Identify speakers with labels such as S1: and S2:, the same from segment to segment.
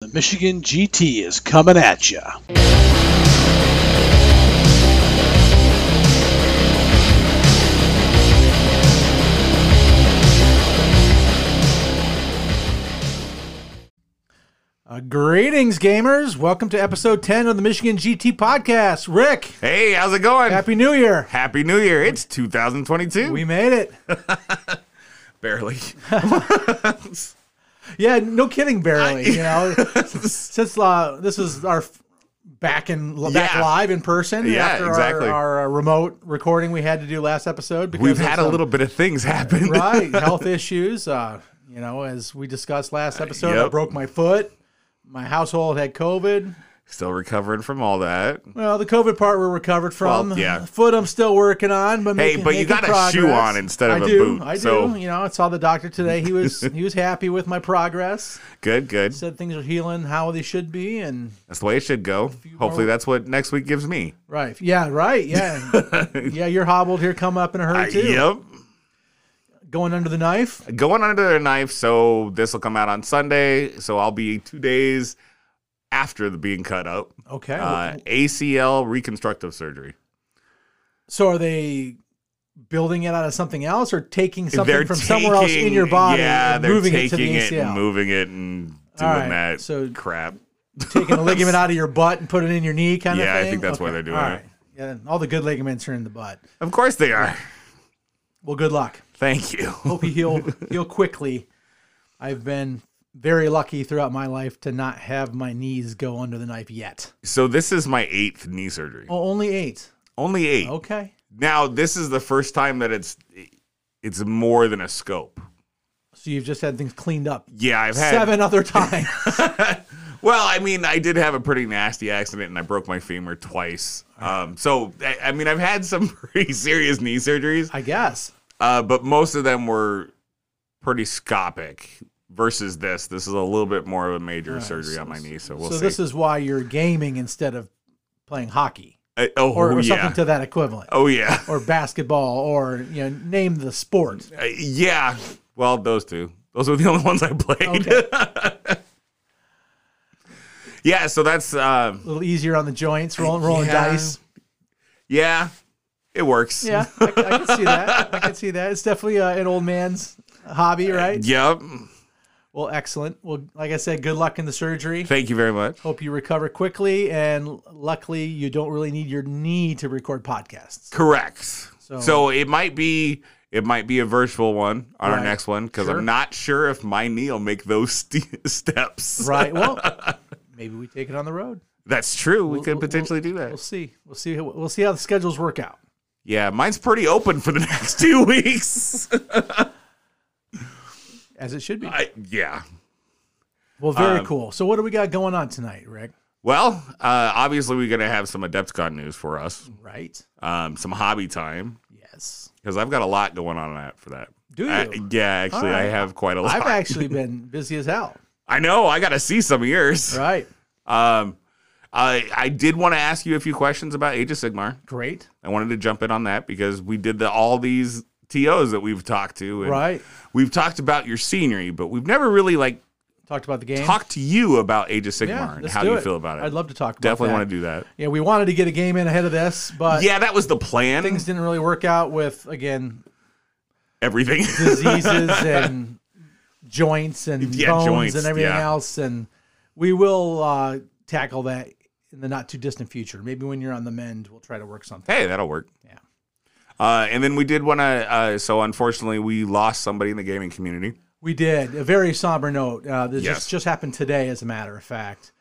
S1: The Michigan GT is coming at you.
S2: Uh, greetings, gamers. Welcome to episode 10 of the Michigan GT podcast. Rick,
S3: Hey, how's it going?
S2: Happy New Year.
S3: Happy New Year. It's 2022.
S2: We made it.
S3: barely.
S2: Yeah, no kidding, barely. You know, since uh, this is our f- back in back
S3: Yeah.
S2: live in person
S3: Yeah,
S2: after our-
S3: exactly.
S2: our, uh, remote recording we had to do last episode because
S3: We've
S2: of
S3: had a
S2: some-
S3: little bit of things happen.
S2: right health issues. Uh, you know, as we discussed last episode, I
S3: Uh, yep.
S2: broke my foot. My household had COVID.
S3: Still recovering from all that.
S2: Well, the COVID part we're recovered from.
S3: Well, yeah.
S2: Foot I'm still working on, but
S3: Hey,
S2: making-
S3: but you
S2: making
S3: got a shoe
S2: progress.
S3: on instead of
S2: I
S3: a
S2: do,
S3: boot,
S2: I do.
S3: so-
S2: You know, I saw the doctor today. He was he was happy with my progress.
S3: Good, good.
S2: Said things are healing how they should be, and
S3: That's the way it should go. Hopefully, that's what next week gives me.
S2: right, yeah, right, yeah, yeah. You're hobbled here. Come up in a hurry too.
S3: Uh, Yep.
S2: Going under the knife.
S3: Going under the knife. So this will come out on Sunday. So I'll be two days after the being cut up.
S2: Okay.
S3: Uh, ACL reconstructive surgery.
S2: so are they? Building it out of something else, or taking something
S3: They're
S2: from somewhere else in
S3: taking-
S2: your body,
S3: Yeah,
S2: and
S3: they're
S2: moving it to
S3: taking
S2: the
S3: it,
S2: ACL,
S3: and moving it and doing
S2: All right,
S3: that
S2: so-
S3: crap.
S2: taking a ligament out of your butt and putting it in your knee, kind of
S3: Yeah, I
S2: thing.
S3: think that's why they're doing
S2: all
S3: it.
S2: right. Yeah, all the good ligaments are in the butt.
S3: Of course they are.
S2: Well, good luck.
S3: Thank you.
S2: Hope you heal heal quickly. I've been very lucky throughout my life to not have my knees go under the knife yet.
S3: So this is my eighth knee surgery.
S2: Oh, only eight.
S3: Only eight.
S2: Okay.
S3: Now this is the first time that it's it's more than a scope.
S2: So you've just had things cleaned up
S3: Yeah, I've had
S2: seven other times.
S3: Well, I mean, I did have a pretty nasty accident, and I broke my femur twice. Um, so I, I mean, I've had some pretty serious knee surgeries,
S2: I guess.
S3: uh, but most of them were pretty scopic. Versus this, this is a little bit more of a major surgery on my knee. So we'll
S2: so
S3: see.
S2: this is why you're gaming instead of playing hockey
S3: Uh, oh,
S2: or, or
S3: yeah.
S2: something to that equivalent.
S3: oh yeah.
S2: Or basketball, or you know, name the sport.
S3: Uh, yeah. Well, those two. Those were the only ones I played. yeah, so that's um
S2: A little easier on the joints, rolling, rolling
S3: Yeah.
S2: dice.
S3: yeah, it works.
S2: Yeah, I, I can see that. I can see that. It's definitely uh, an old man's hobby, right?
S3: Yep.
S2: Well, excellent. Well, like I said, good luck in the surgery.
S3: Thank you very much.
S2: Hope you recover quickly, and luckily, you don't really need your knee to record podcasts.
S3: Correct.
S2: So-
S3: So, it might be it might be a virtual one on
S2: Right.
S3: our next one because
S2: Sure.
S3: I'm not sure if my knee will make those st- steps.
S2: Right. Well, maybe we take it on the road.
S3: That's true. We could
S2: we'll-
S3: potentially do
S2: We'll
S3: that.
S2: see. We'll see. how- We'll see how the schedules work out.
S3: Yeah, mine's pretty open for the next two weeks.
S2: As it should be.
S3: I, um, yeah.
S2: Well, very cool. So, what do we got going on tonight, Rick?
S3: Well, uh, obviously we're gonna have some Adepticon news for us.
S2: Right.
S3: um, some hobby time
S2: Yes.
S3: because I've got a lot going on that for that.
S2: Do you?
S3: I- yeah, actually, I
S2: right.
S3: have quite a lot.
S2: I've actually been busy as hell.
S3: I know. I got to see some of yours.
S2: Right.
S3: Um, I I did want to ask you a few questions about Age of Sigmar.
S2: Great.
S3: I wanted to jump in on that because we did the all these tos that we've talked to. and
S2: Right.
S3: We've talked about your scenery, but we've never really like
S2: Talked about the game.
S3: talked to you about Age of Sigmar
S2: yeah,
S3: and
S2: let's
S3: how
S2: do
S3: you
S2: it.
S3: feel about it.
S2: I'd love to talk. About
S3: Definitely
S2: that.
S3: want to do that.
S2: Yeah, we wanted to get a game in ahead of this, but
S3: Yeah, that was the plan.
S2: things didn't really work out with again
S3: Everything.
S2: diseases and joints and
S3: Yeah,
S2: bones
S3: joints,
S2: and everything
S3: yeah.
S2: else, and we will uh, tackle that in the not too distant future. Maybe when you're on the mend, we'll try to work something.
S3: Hey, that'll work.
S2: Yeah.
S3: Uh, and then we did want to. Uh, so unfortunately, we lost somebody in the gaming community.
S2: We did a very somber note. Uh, this
S3: Yes.
S2: just, just happened today, as a matter of fact.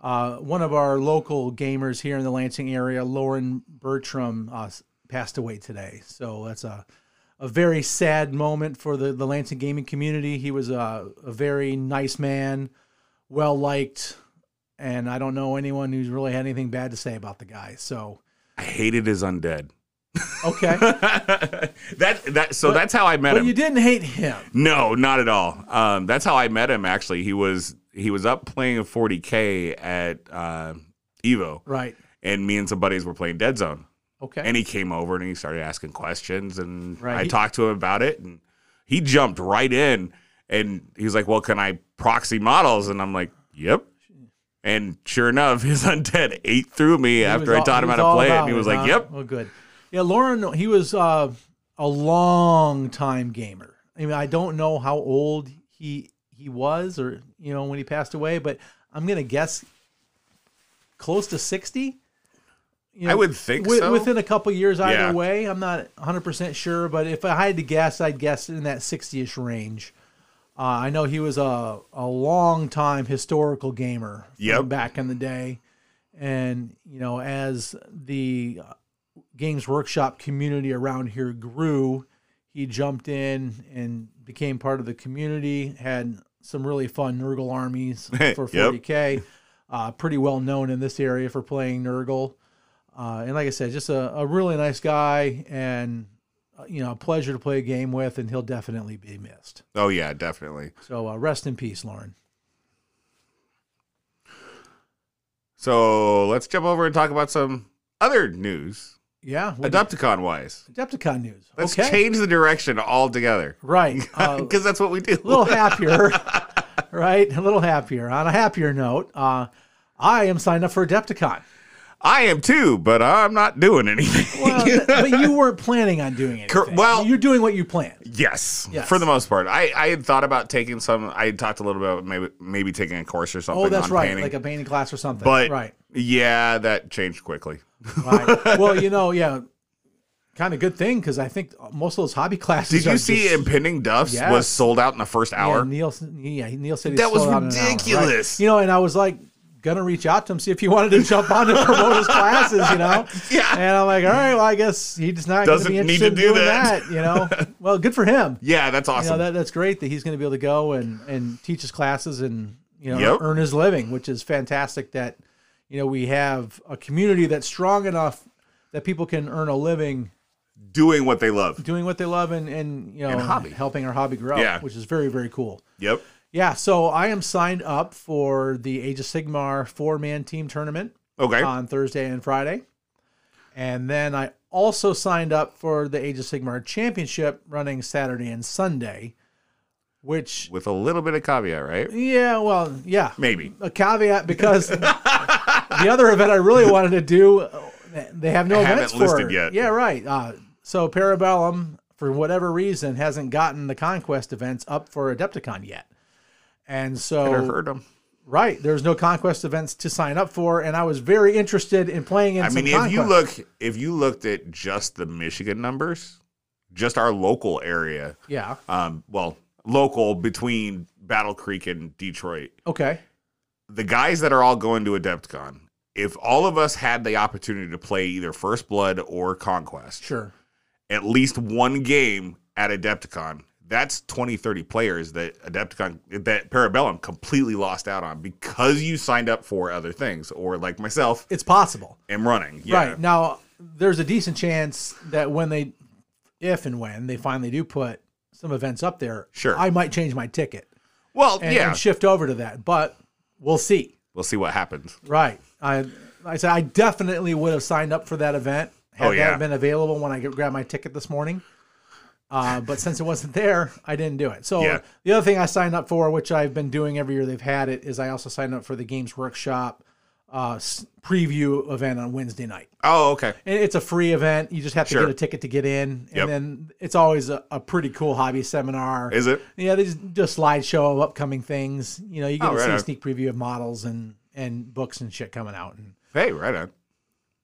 S2: Uh, one of our local gamers here in the Lansing area, Lauren Bertram, uh, s- passed away today. So that's a a very sad moment for the the Lansing gaming community. He was a, a very nice man, well liked, and I don't know anyone who's really had anything bad to say about the guy. So
S3: I hated his undead.
S2: okay,
S3: that that so that's how I met
S2: but
S3: him.
S2: you didn't hate him.
S3: no, not at all. Um, that's how I met him. Actually, he was he was up playing 40k at uh, Evo,
S2: Right.
S3: and me and some buddies were playing Dead Zone.
S2: Okay.
S3: And he came over and he started asking questions, and
S2: Right.
S3: I talked to him about it, and he jumped right in, and he was like, "Well, can I proxy models?" And I'm like, "Yep." And sure enough, his undead ate through me after I taught him how to play it. And he was like, yep.
S2: Oh, good. Yeah, Lauren, he was uh, a long time gamer. I mean, I don't know how old he he was or, you know, when he passed away, but I'm going to guess close to 60. You
S3: I would think
S2: wi-
S3: so.
S2: Within a couple years either
S3: Yeah.
S2: way. I'm not 100% sure, but if I had to guess, I'd guess in that 60ish range. Uh, I know he was a, a long time historical gamer from
S3: Yep.
S2: back in the day. And, you know, as the uh, Games Workshop community around here grew, he jumped in and became part of the community, had some really fun Nurgle armies for
S3: Yep.
S2: 40K. Uh, pretty well known in this area for playing Nurgle. Uh, and like I said, just a, a really nice guy and, uh, you know, a pleasure to play a game with, and he'll definitely be missed.
S3: Oh, yeah, definitely.
S2: So uh, rest in peace, Lauren.
S3: So let's jump over and talk about some other news,
S2: Yeah. Well,
S3: Adepticon wise.
S2: Adepticon news.
S3: Let's
S2: okay.
S3: change the direction altogether
S2: Right. Uh,
S3: because that's what we do.
S2: a little happier, right? A little happier. On a happier note, uh, I am signed up for Adepticon.
S3: I am too, but I'm not doing anything.
S2: Well, th- but you weren't planning on doing it.
S3: Cor- well-
S2: you're doing what you planned.
S3: Yes,
S2: Yes.
S3: for the most part. I, I had thought about taking some. I had talked a little bit about maybe maybe taking a course or something.
S2: Oh, that's
S3: on
S2: right,
S3: Painting,
S2: like a painting class or something.
S3: but
S2: right.
S3: yeah, that changed quickly.
S2: right. Well, you know, yeah, kind of good thing because I think most of those hobby classes.
S3: Did
S2: are
S3: you see
S2: just-
S3: impending duffs
S2: Yes.
S3: was sold out in the first
S2: Yeah,
S3: hour?
S2: Neil, yeah, Neil said he
S3: That was
S2: sold out in an hour, right?
S3: ridiculous.
S2: You know, and I was like, gonna reach out to him see if he wanted to jump on to promote his classes. You know,
S3: Yeah.
S2: And I'm like, all right, well, I guess he's not gonna
S3: Doesn't
S2: be
S3: need to
S2: interested
S3: do
S2: in doing
S3: that.
S2: that. You know, well, good for him.
S3: Yeah, that's
S2: You know,
S3: awesome.
S2: that that's great that he's gonna be able to go and and teach his classes and you know
S3: Yep.
S2: earn his living, which is fantastic. That you know we have a community that's strong enough that people can earn a living
S3: Doing what they love.
S2: doing what they love and and you know
S3: And hobby.
S2: helping our hobby grow,
S3: Yeah.
S2: which is very very cool.
S3: Yep.
S2: Yeah, so I am signed up for the Age of Sigmar four man team tournament
S3: Okay.
S2: on Thursday and Friday, and then I also signed up for the Age of Sigmar championship running Saturday and Sunday, which
S3: With a little bit of caveat, right?
S2: yeah, well, yeah,
S3: Maybe.
S2: a caveat because the other event I really wanted to do, they have no
S3: I haven't
S2: events for.
S3: listed
S2: it.
S3: yet.
S2: Yeah, right. Uh, so Parabellum, for whatever reason, hasn't gotten the conquest events up for Adepticon yet, and
S3: I
S2: so
S3: heard them.
S2: right there's no conquest events to sign up for, and I was very interested in playing in.
S3: I
S2: some
S3: mean, if you
S2: conquest.
S3: look, if you looked at just the Michigan numbers, just our local area,
S2: yeah,
S3: um, well, local between Battle Creek and Detroit,
S2: okay,
S3: the guys that are all going to Adepticon, if all of us had the opportunity to play either First Blood or Conquest,
S2: sure,
S3: at least one game at Adepticon, that's 20, 30 players that Adepticon, that Parabellum completely lost out on because you signed up for other things or like myself,
S2: it's possible.
S3: am running. Yeah.
S2: Right. Now, there's a decent chance that when they, if and when they finally do put some events up there,
S3: Sure.
S2: I might change my ticket
S3: Well,
S2: and,
S3: yeah.
S2: and shift over to that, but we'll see.
S3: we'll see what happens.
S2: Right. I, I said I definitely would have signed up for that event had
S3: Oh, yeah.
S2: that been available when I g- grabbed my ticket this morning. Uh, but since it wasn't there, I didn't do it. So
S3: Yeah.
S2: the other thing I signed up for, which I've been doing every year they've had it, is I also signed up for the Games Workshop uh, s- preview event on Wednesday night.
S3: Oh, okay.
S2: And it's a free event. You just have to
S3: Sure.
S2: get a ticket to get in, and
S3: Yep.
S2: then it's always a, a pretty cool hobby seminar.
S3: Is it?
S2: yeah, they just do a slideshow of upcoming things. You know, you get
S3: Oh,
S2: to
S3: right
S2: see a
S3: on.
S2: sneak preview of models and and books and shit coming out, and
S3: Hey, right on.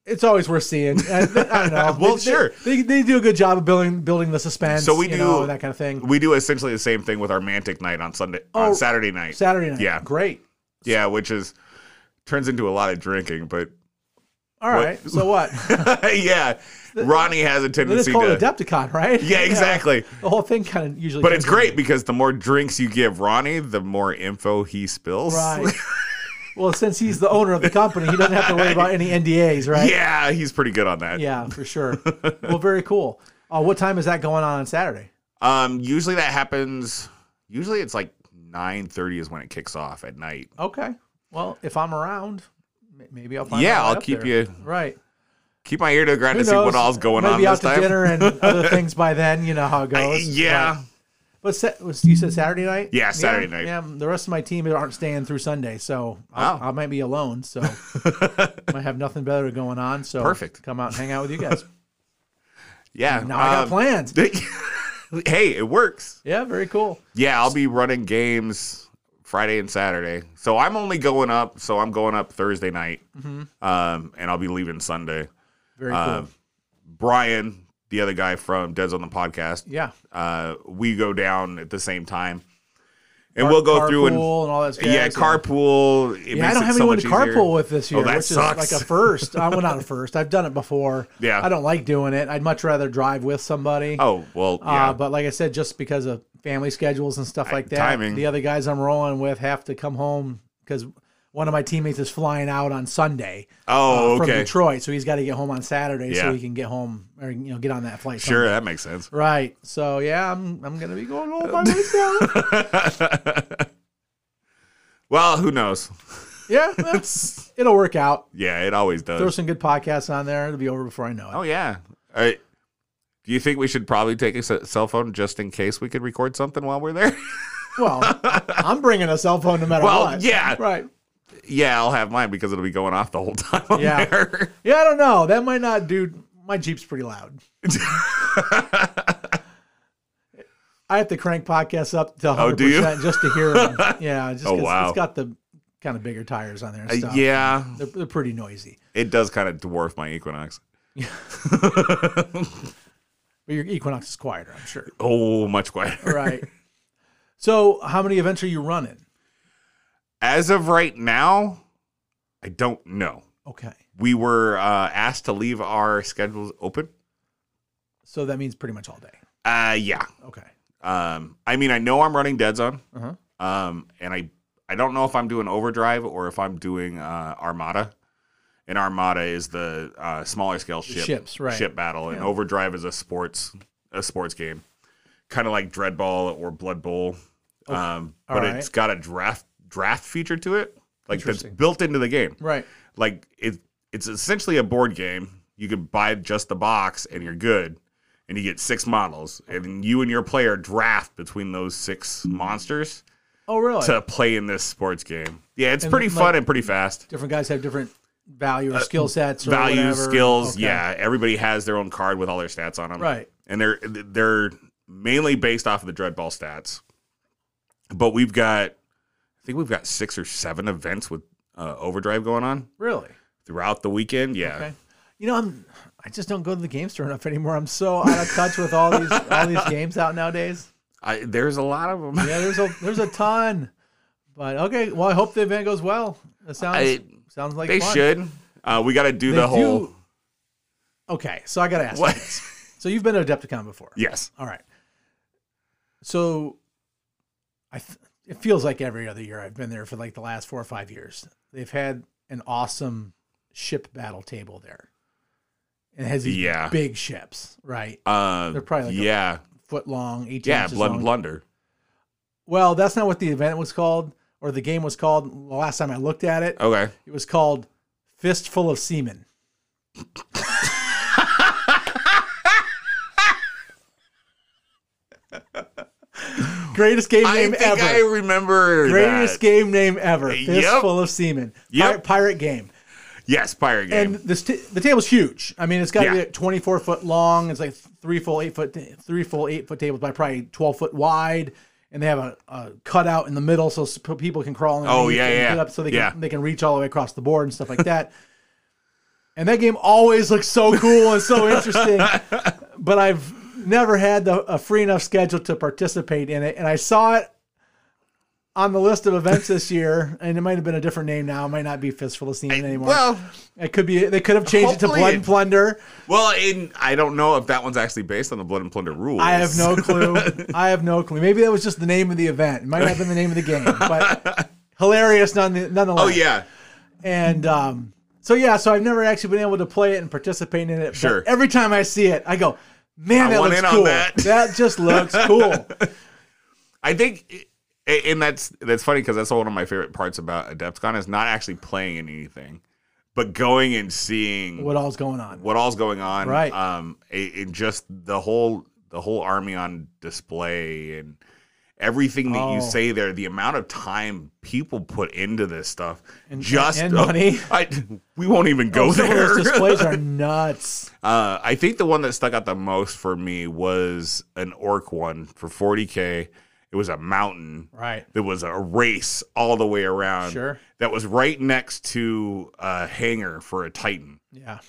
S2: it's always worth seeing. I, I don't know.
S3: Well,
S2: They-
S3: sure.
S2: They, they do a good job of building building the suspense.
S3: So we
S2: you
S3: do-
S2: know, and that kind of thing.
S3: We do essentially the same thing with our Mantic night on Sunday,
S2: Oh,
S3: on Saturday night.
S2: Saturday night,
S3: Yeah.
S2: great.
S3: Yeah, which is turns into a lot of drinking, but
S2: All right, so what?
S3: yeah, Ronnie has a
S2: It is
S3: tendency
S2: called
S3: to.
S2: Adepticon, right?
S3: yeah, exactly.
S2: The whole thing kind of usually,
S3: But it's
S2: comes in.
S3: great because the more drinks you give Ronnie, the more info he spills.
S2: Right. well, since he's the owner of the company, he doesn't have to worry about any NDAs, right?
S3: Yeah, he's pretty good on that.
S2: Yeah, for sure. well, very cool. Uh, what time is that going on on Saturday?
S3: Um, usually that happens. Usually it's like nine thirty is when it kicks off at night.
S2: Okay. Well, if I'm around, m- maybe I'll find.
S3: yeah,
S2: my way
S3: I'll
S2: up
S3: keep
S2: there.
S3: you
S2: Right.
S3: keep my ear to the ground to see what all's going
S2: Maybe
S3: on
S2: out
S3: this
S2: to
S3: time. Uh,
S2: dinner and other things by then. You know how it goes.
S3: yeah,
S2: Right. But, But sa- was, you said Saturday night?
S3: Yeah, Saturday night.
S2: Yeah, the rest of my team aren't staying through Sunday, so
S3: Wow.
S2: I, I might be alone. So might have nothing better going on. So
S3: Perfect.
S2: Come out and hang out with you guys.
S3: Yeah.
S2: Now I got
S3: um,
S2: plans.
S3: hey, it works.
S2: Yeah, very cool.
S3: Yeah, I'll be running games Friday and Saturday. So I'm only going up. So I'm going up Thursday night,
S2: Mm-hmm.
S3: um, and I'll be leaving Sunday.
S2: Very cool.
S3: Um, Brian, the other guy from Deads on the podcast,
S2: yeah.
S3: uh, we go down at the same time, and we'll go through and
S2: Carpool and all that. Jazz,
S3: yeah, carpool. It
S2: Yeah, I
S3: makes
S2: don't
S3: it
S2: have
S3: so
S2: anyone
S3: much
S2: to
S3: easier. Oh,
S2: carpool with this year,
S3: that
S2: which
S3: sucks.
S2: is like a first. I well, not a first. I've done it before.
S3: Yeah.
S2: I don't like doing it. I'd much rather drive with somebody.
S3: Oh well, yeah,
S2: Uh, but like I said, just because of family schedules and stuff like that,
S3: timing.
S2: the other guys I'm rolling with have to come home because one of my teammates is flying out on Sunday
S3: Oh,
S2: uh, from
S3: okay.
S2: Detroit, so he's got to get home on Saturday
S3: Yeah.
S2: so he can get home or you know get on that flight.
S3: sure,
S2: Sunday.
S3: that makes sense.
S2: Right. So yeah, I'm I'm gonna be going home by myself.
S3: Well, who knows?
S2: yeah, well, it'll work out.
S3: Yeah, it always
S2: Throw
S3: does.
S2: some good podcasts on there. It'll be over before I know it.
S3: Oh yeah. All right. Do you think we should probably take a se- cell phone just in case we could record something while we're there?
S2: Well, I'm bringing a cell phone no matter
S3: Well,
S2: what.
S3: yeah.
S2: Right.
S3: yeah, I'll have mine because it'll be going off the whole time. I'm
S2: Yeah.
S3: there.
S2: Yeah, I don't know. That might not do. My Jeep's pretty loud. I have to crank podcasts up to 100%
S3: Oh, do you? Oh,
S2: just to hear them. Yeah, just 'cause
S3: wow.
S2: it's got the kind of bigger tires on there and
S3: Uh,
S2: stuff.
S3: yeah,
S2: They're, they're pretty noisy.
S3: it does kind of dwarf my Equinox.
S2: But your Equinox is quieter, I'm sure.
S3: Oh, much quieter.
S2: Right. so, how many events are you running?
S3: As of right now, I don't know.
S2: Okay.
S3: We were uh, asked to leave our schedules open.
S2: So, that means pretty much all day.
S3: Uh, yeah.
S2: Okay.
S3: Um, I mean, I know I'm running Dead Zone,
S2: Uh-huh.
S3: um, and I I don't know if I'm doing Overdrive or if I'm doing uh, Armada. And Armada is the uh, smaller scale ship
S2: ships, right.
S3: ship battle, and
S2: Yeah.
S3: Overdrive is a sports a sports game, kind of like Dreadball or Blood Bowl, um,
S2: All
S3: but
S2: right.
S3: it's got a draft draft feature to it, like that's
S2: Interesting.
S3: built into the game.
S2: Right.
S3: Like it, it's essentially a board game. You can buy just the box and you're good, and you get six models, and you and your player draft between those six monsters
S2: Oh, really?
S3: to play in this sports game. Yeah, it's
S2: And,
S3: pretty fun
S2: like,
S3: and pretty fast.
S2: different guys have different value or skill sets or
S3: Values,
S2: whatever.
S3: Uh, skills,
S2: Okay.
S3: yeah. Everybody has their own card with all their stats on them,
S2: Right.
S3: And they're they're mainly based off of the dreadball stats. But we've got, I think we've got six or seven events with uh, overdrive going on
S2: Really?
S3: throughout the weekend. Yeah.
S2: Okay. You know, I'm I just don't go to the game store enough anymore. I'm so out of touch with all these all these games out nowadays.
S3: I, there's a lot of them.
S2: Yeah, there's a there's a ton. But okay, well I hope the event goes well. It sounds
S3: I-
S2: sounds like
S3: they
S2: fun.
S3: should. Uh, we got to do
S2: They
S3: the whole.
S2: do- Okay, so I gotta ask.
S3: What?
S2: you. So you've been to Adepticon before.
S3: yes.
S2: All right. So I th- it feels like every other year I've been there for like the last 4 or 5 years. They've had an awesome ship battle table there. And it has these
S3: Yeah.
S2: big ships, right?
S3: Uh,
S2: They're probably like a-
S3: yeah.
S2: Foot long, 18
S3: yeah.
S2: inches
S3: Blood
S2: long.
S3: and blunder.
S2: Well, that's not what the event was called or the game was called the last time I looked at it.
S3: Okay.
S2: It was called Fistful of Semen. Greatest game
S3: I
S2: name
S3: think
S2: ever.
S3: I remember.
S2: Greatest
S3: that.
S2: game name ever.
S3: Yep.
S2: Fistful of Semen.
S3: Yep.
S2: Pirate, pirate game.
S3: Yes, pirate
S2: And
S3: game.
S2: this t- the table's huge. I mean, it's got to be
S3: Yeah.
S2: like 24 foot long. It's like three full eight foot, three full eight foot tables by probably 12 foot wide. And they have a, a cutout in the middle so s- people can crawl.
S3: Oh,
S2: underneath
S3: yeah,
S2: and
S3: yeah.
S2: Get up so they can,
S3: Yeah.
S2: they can reach all the way across the board and stuff like that. and that game always looks so cool and so interesting. but I've never had the, a free enough schedule to participate in it. And I saw it on the list of events this year, and it might have been a different name now. It might not be Fistful of Semen anymore.
S3: well,
S2: It could be. They could have changed it to
S3: Hopefully
S2: Blood
S3: it-
S2: and Plunder.
S3: well, in I don't know if that one's actually based on the blood and plunder rules.
S2: I have no clue. I have no clue. Maybe that was just the name of the event. It might not have been the name of the game, but hilarious none, nonetheless.
S3: Oh yeah,
S2: And um, so yeah, so I've never actually been able to play it and participate in it. but
S3: Sure.
S2: every time I see it, I go, "Man,
S3: I
S2: that
S3: want
S2: looks
S3: in on
S2: cool.
S3: that."
S2: just looks cool."
S3: I think, and that's that's funny because that's one of my favorite parts about Adepticon is not actually playing in anything, but going and seeing
S2: What all's going on?
S3: what all's going on,
S2: Right.
S3: Um, a- and just the whole the whole army on display and Everything that you
S2: Oh.
S3: say there, the amount of time people put into this stuff,
S2: And-
S3: just
S2: and money. Oh,
S3: I, we won't even go
S2: Some of
S3: there.
S2: those displays are nuts.
S3: Uh, I think the one that stuck out the most for me was an orc one for 40k. It was a mountain.
S2: Right.
S3: There was a race all the way around.
S2: Sure.
S3: That was right next to a hangar for a Titan.
S2: Yeah.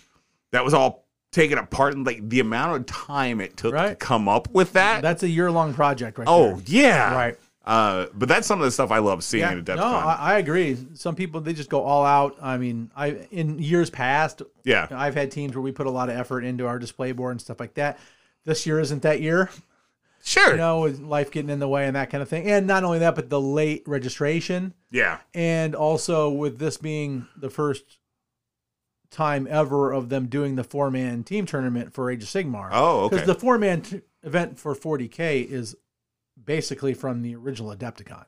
S3: That was all taken apart and like the amount of time it took to
S2: Right.
S3: come up with that.
S2: That's a year long project right
S3: oh
S2: there.
S3: yeah.
S2: Right.
S3: Uh, but that's some of the stuff I love seeing
S2: Yeah.
S3: at a
S2: No,
S3: DEF CON.
S2: I, I agree. Some people they just go all out. I mean, I in years past,
S3: yeah.
S2: I've had teams where we put a lot of effort into our display board and stuff like that. This year isn't that year.
S3: Sure.
S2: You know, with life getting in the way and that kind of thing. And not only that, but the late registration.
S3: Yeah.
S2: And also with this being the first time ever of them doing the four man team tournament for Age of Sigmar.
S3: Oh, okay.
S2: the four man t- event for 40K is basically from the original Adepticon.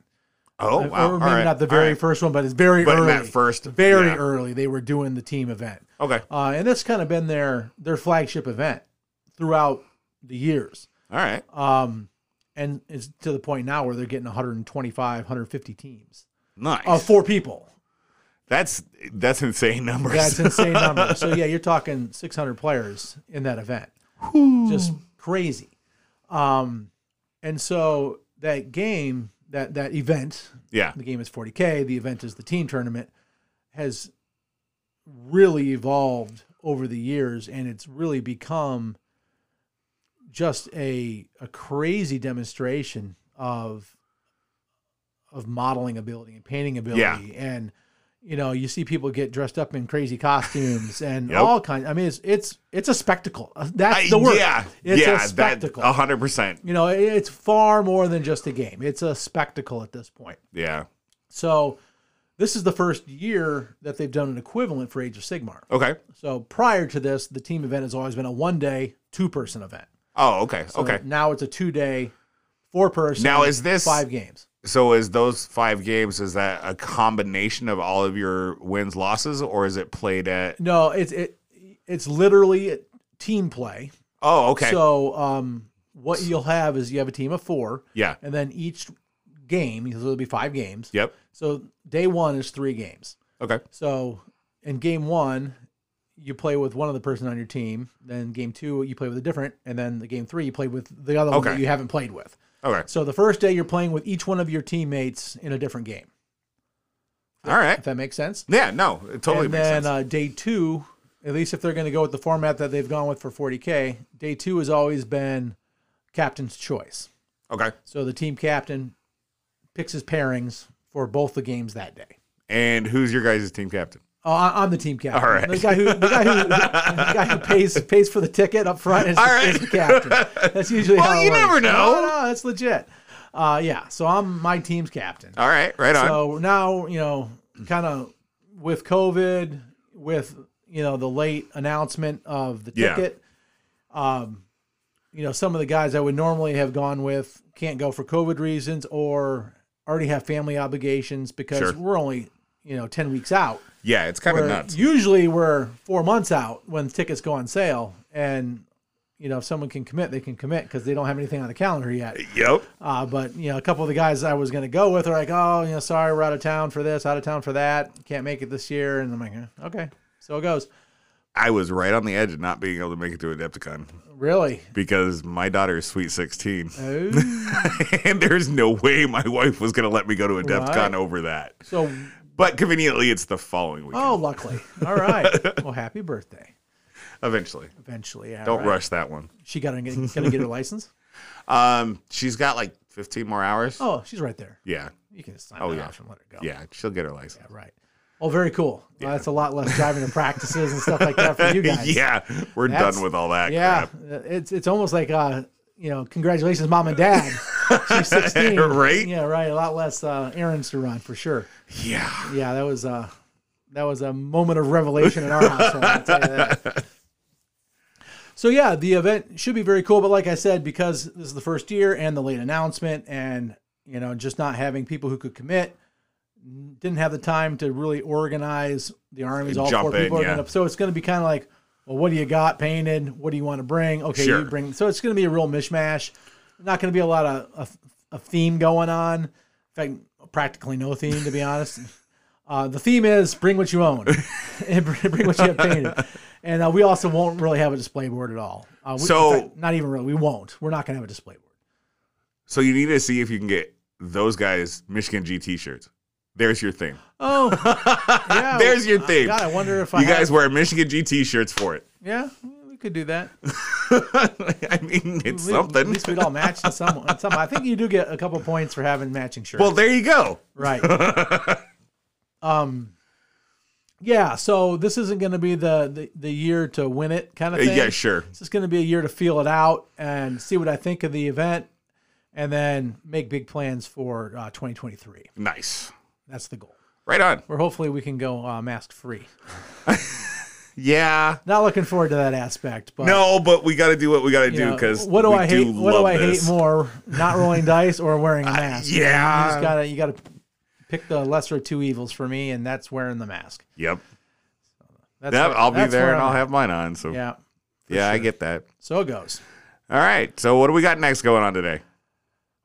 S3: oh wow.
S2: Or
S3: All
S2: maybe
S3: right.
S2: not the
S3: All
S2: very
S3: right.
S2: first one, but it's very
S3: But in
S2: early.
S3: that first-
S2: very
S3: yeah.
S2: early, they were doing the team event.
S3: Okay.
S2: Uh, and that's kind of been their their flagship event throughout the years.
S3: All right.
S2: Um, and it's to the point now where they're getting 125, 150 teams
S3: Nice.
S2: of four people.
S3: that's that's insane numbers.
S2: That's insane number. So yeah, you're talking 600 players in that event. Just crazy. Um, and so that game, that that event,
S3: yeah.
S2: the game is 40k, the event is the team tournament, has really evolved over the years, and it's really become just a a crazy demonstration of of modeling ability and painting ability
S3: Yeah.
S2: and you know you see people get dressed up in crazy costumes and
S3: Yep.
S2: all kinds i mean it's it's it's a spectacle Uh, that's
S3: I-
S2: the word
S3: Yeah,
S2: it's
S3: yeah,
S2: a spectacle
S3: that uh-huh. hundred percent.
S2: you know it- it's far more than just a game it's a spectacle at this point
S3: Yeah.
S2: so this is the first year that they've done an equivalent for Age of Sigmar.
S3: Okay.
S2: So prior to this, the team event has always been a one day, two person event.
S3: Oh, okay.
S2: So
S3: okay.
S2: Now it's a two day, four person.
S3: Now is this-
S2: five games?
S3: So is those five games is that a combination of all of your wins losses or is it played at?
S2: No, it's it it's literally team play.
S3: Oh, okay.
S2: So um, what you'll have is you have a team of four,
S3: yeah.
S2: and then each game, because there'll be five games.
S3: Yep.
S2: So day one is three games.
S3: Okay.
S2: So in game one, you play with one other person on your team. Then game two, you play with a different, and then the game three, you play with the other one
S3: Okay.
S2: that you haven't played with.
S3: Okay.
S2: So the first day, you're playing with each one of your teammates in a different game.
S3: All right.
S2: If that makes sense.
S3: Yeah. No. It totally
S2: and
S3: makes
S2: then
S3: sense.
S2: Uh, day two, at least if they're going to go with the format that they've gone with for 40k, day two has always been captain's choice.
S3: okay.
S2: So the team captain picks his pairings for both the games that day.
S3: And who's your guys' team captain?
S2: Oh, I- I'm the team captain.
S3: All right.
S2: The guy who the guy who, the guy who pays pays for the ticket up front is,
S3: All
S2: the,
S3: right.
S2: is the captain. That's usually
S3: Well,
S2: how it
S3: you
S2: works.
S3: never
S2: No,
S3: know.
S2: no, that's legit. Uh, yeah. So I'm my team's captain.
S3: All right. Right on.
S2: So now you know, kind of with COVID, with you know the late announcement of the
S3: Yeah.
S2: ticket. Um, you know, some of the guys I would normally have gone with can't go for COVID reasons or already have family obligations because
S3: Sure.
S2: we're only you know ten weeks out.
S3: yeah. It's kind of
S2: Where
S3: nuts.
S2: Usually we're four months out when tickets go on sale, and you know if someone can commit, they can commit because they don't have anything on the calendar yet.
S3: yep.
S2: Uh, but you know a couple of the guys I was going to go with are like, oh, you know, sorry, we're out of town for this, out of town for that, can't make it this year, and I'm like, eh, okay, so it goes.
S3: I was right on the edge of not being able to make it to Adepticon
S2: Really?
S3: because my daughter is sweet 16.
S2: Oh.
S3: and there's no way my wife was going to let me go to Adepticon
S2: Right.
S3: over that.
S2: so
S3: But conveniently, it's the following weekend.
S2: oh, luckily, all right. Well, happy birthday.
S3: Eventually,
S2: Eventually, yeah,
S3: don't
S2: right.
S3: rush that one.
S2: She got to get, gonna get her license.
S3: Um, she's got like 15 more hours.
S2: Oh, she's right there.
S3: Yeah,
S2: You can sign
S3: Oh,
S2: that
S3: yeah.
S2: off and let her go.
S3: yeah, she'll get her license.
S2: Right. Well, Oh, very cool. Well, that's a lot less driving to practices and stuff like that for you guys.
S3: yeah, we're
S2: That's-
S3: done with all that.
S2: Yeah.
S3: crap.
S2: It's it's almost like uh, you know, congratulations, mom and dad. She's sixteen.
S3: Right?
S2: Yeah, right. A lot less uh, errands to run for sure.
S3: yeah.
S2: Yeah, that was uh that was a moment of revelation in our household. I'll tell you that. So yeah, the event should be very cool, but like I said, because this is the first year and the late announcement, and you know, just not having people who could commit, didn't have the time to really organize the armies. All
S3: Jump
S2: four people
S3: in,
S2: are going
S3: yeah.
S2: up, so it's going to be kind of like, well, what do you got painted? What do you want to bring? Okay,
S3: Sure.
S2: you bring. So it's going to be a real mishmash. Not going to be a lot of, of a theme going on. In fact, practically no theme to be honest. Uh, the theme is bring what you own and bring bring what you have painted. And uh, we also won't really have a display board at all. Uh, we, in
S3: So-
S2: fact, not even really. We won't. We're not going to have a display board.
S3: So you need to see if you can get those guys Michigan GT shirts. There's your thing.
S2: Oh, yeah.
S3: There's your thing.
S2: God, I wonder if I
S3: you
S2: have-
S3: guys wear Michigan GT shirts for it.
S2: Yeah, we could do that.
S3: I mean,
S2: At
S3: it's
S2: least-
S3: something.
S2: At least we'd all match in some, in some. I think you do get a couple points for having matching shirts.
S3: well, there you go.
S2: right. um, yeah. So this isn't going to be the, the the year to win it kind of
S3: Uh,
S2: thing.
S3: Yeah, sure.
S2: This is going to be a year to feel it out and see what I think of the event, and then make big plans for uh, 2023.
S3: Nice.
S2: That's the goal.
S3: Right on.
S2: Where hopefully we can go uh, mask free.
S3: Yeah.
S2: Not looking forward to that aspect, but
S3: No, but we got to do what we got to
S2: you
S3: do
S2: know,
S3: because
S2: what do
S3: we
S2: I hate? what do
S3: love
S2: I
S3: this.
S2: hate more? Not rolling dice or wearing a mask?
S3: yeah.
S2: you just gotta you gotta pick the lesser of two evils for me, and that's wearing the mask.
S3: Yep.
S2: That's
S3: Yep.
S2: where-
S3: I'll be
S2: that's
S3: there
S2: where
S3: and
S2: I'm
S3: I'll
S2: at.
S3: have mine on. So yeah,
S2: Yeah,
S3: I get that.
S2: so it goes.
S3: All right. So what do we got next going on today?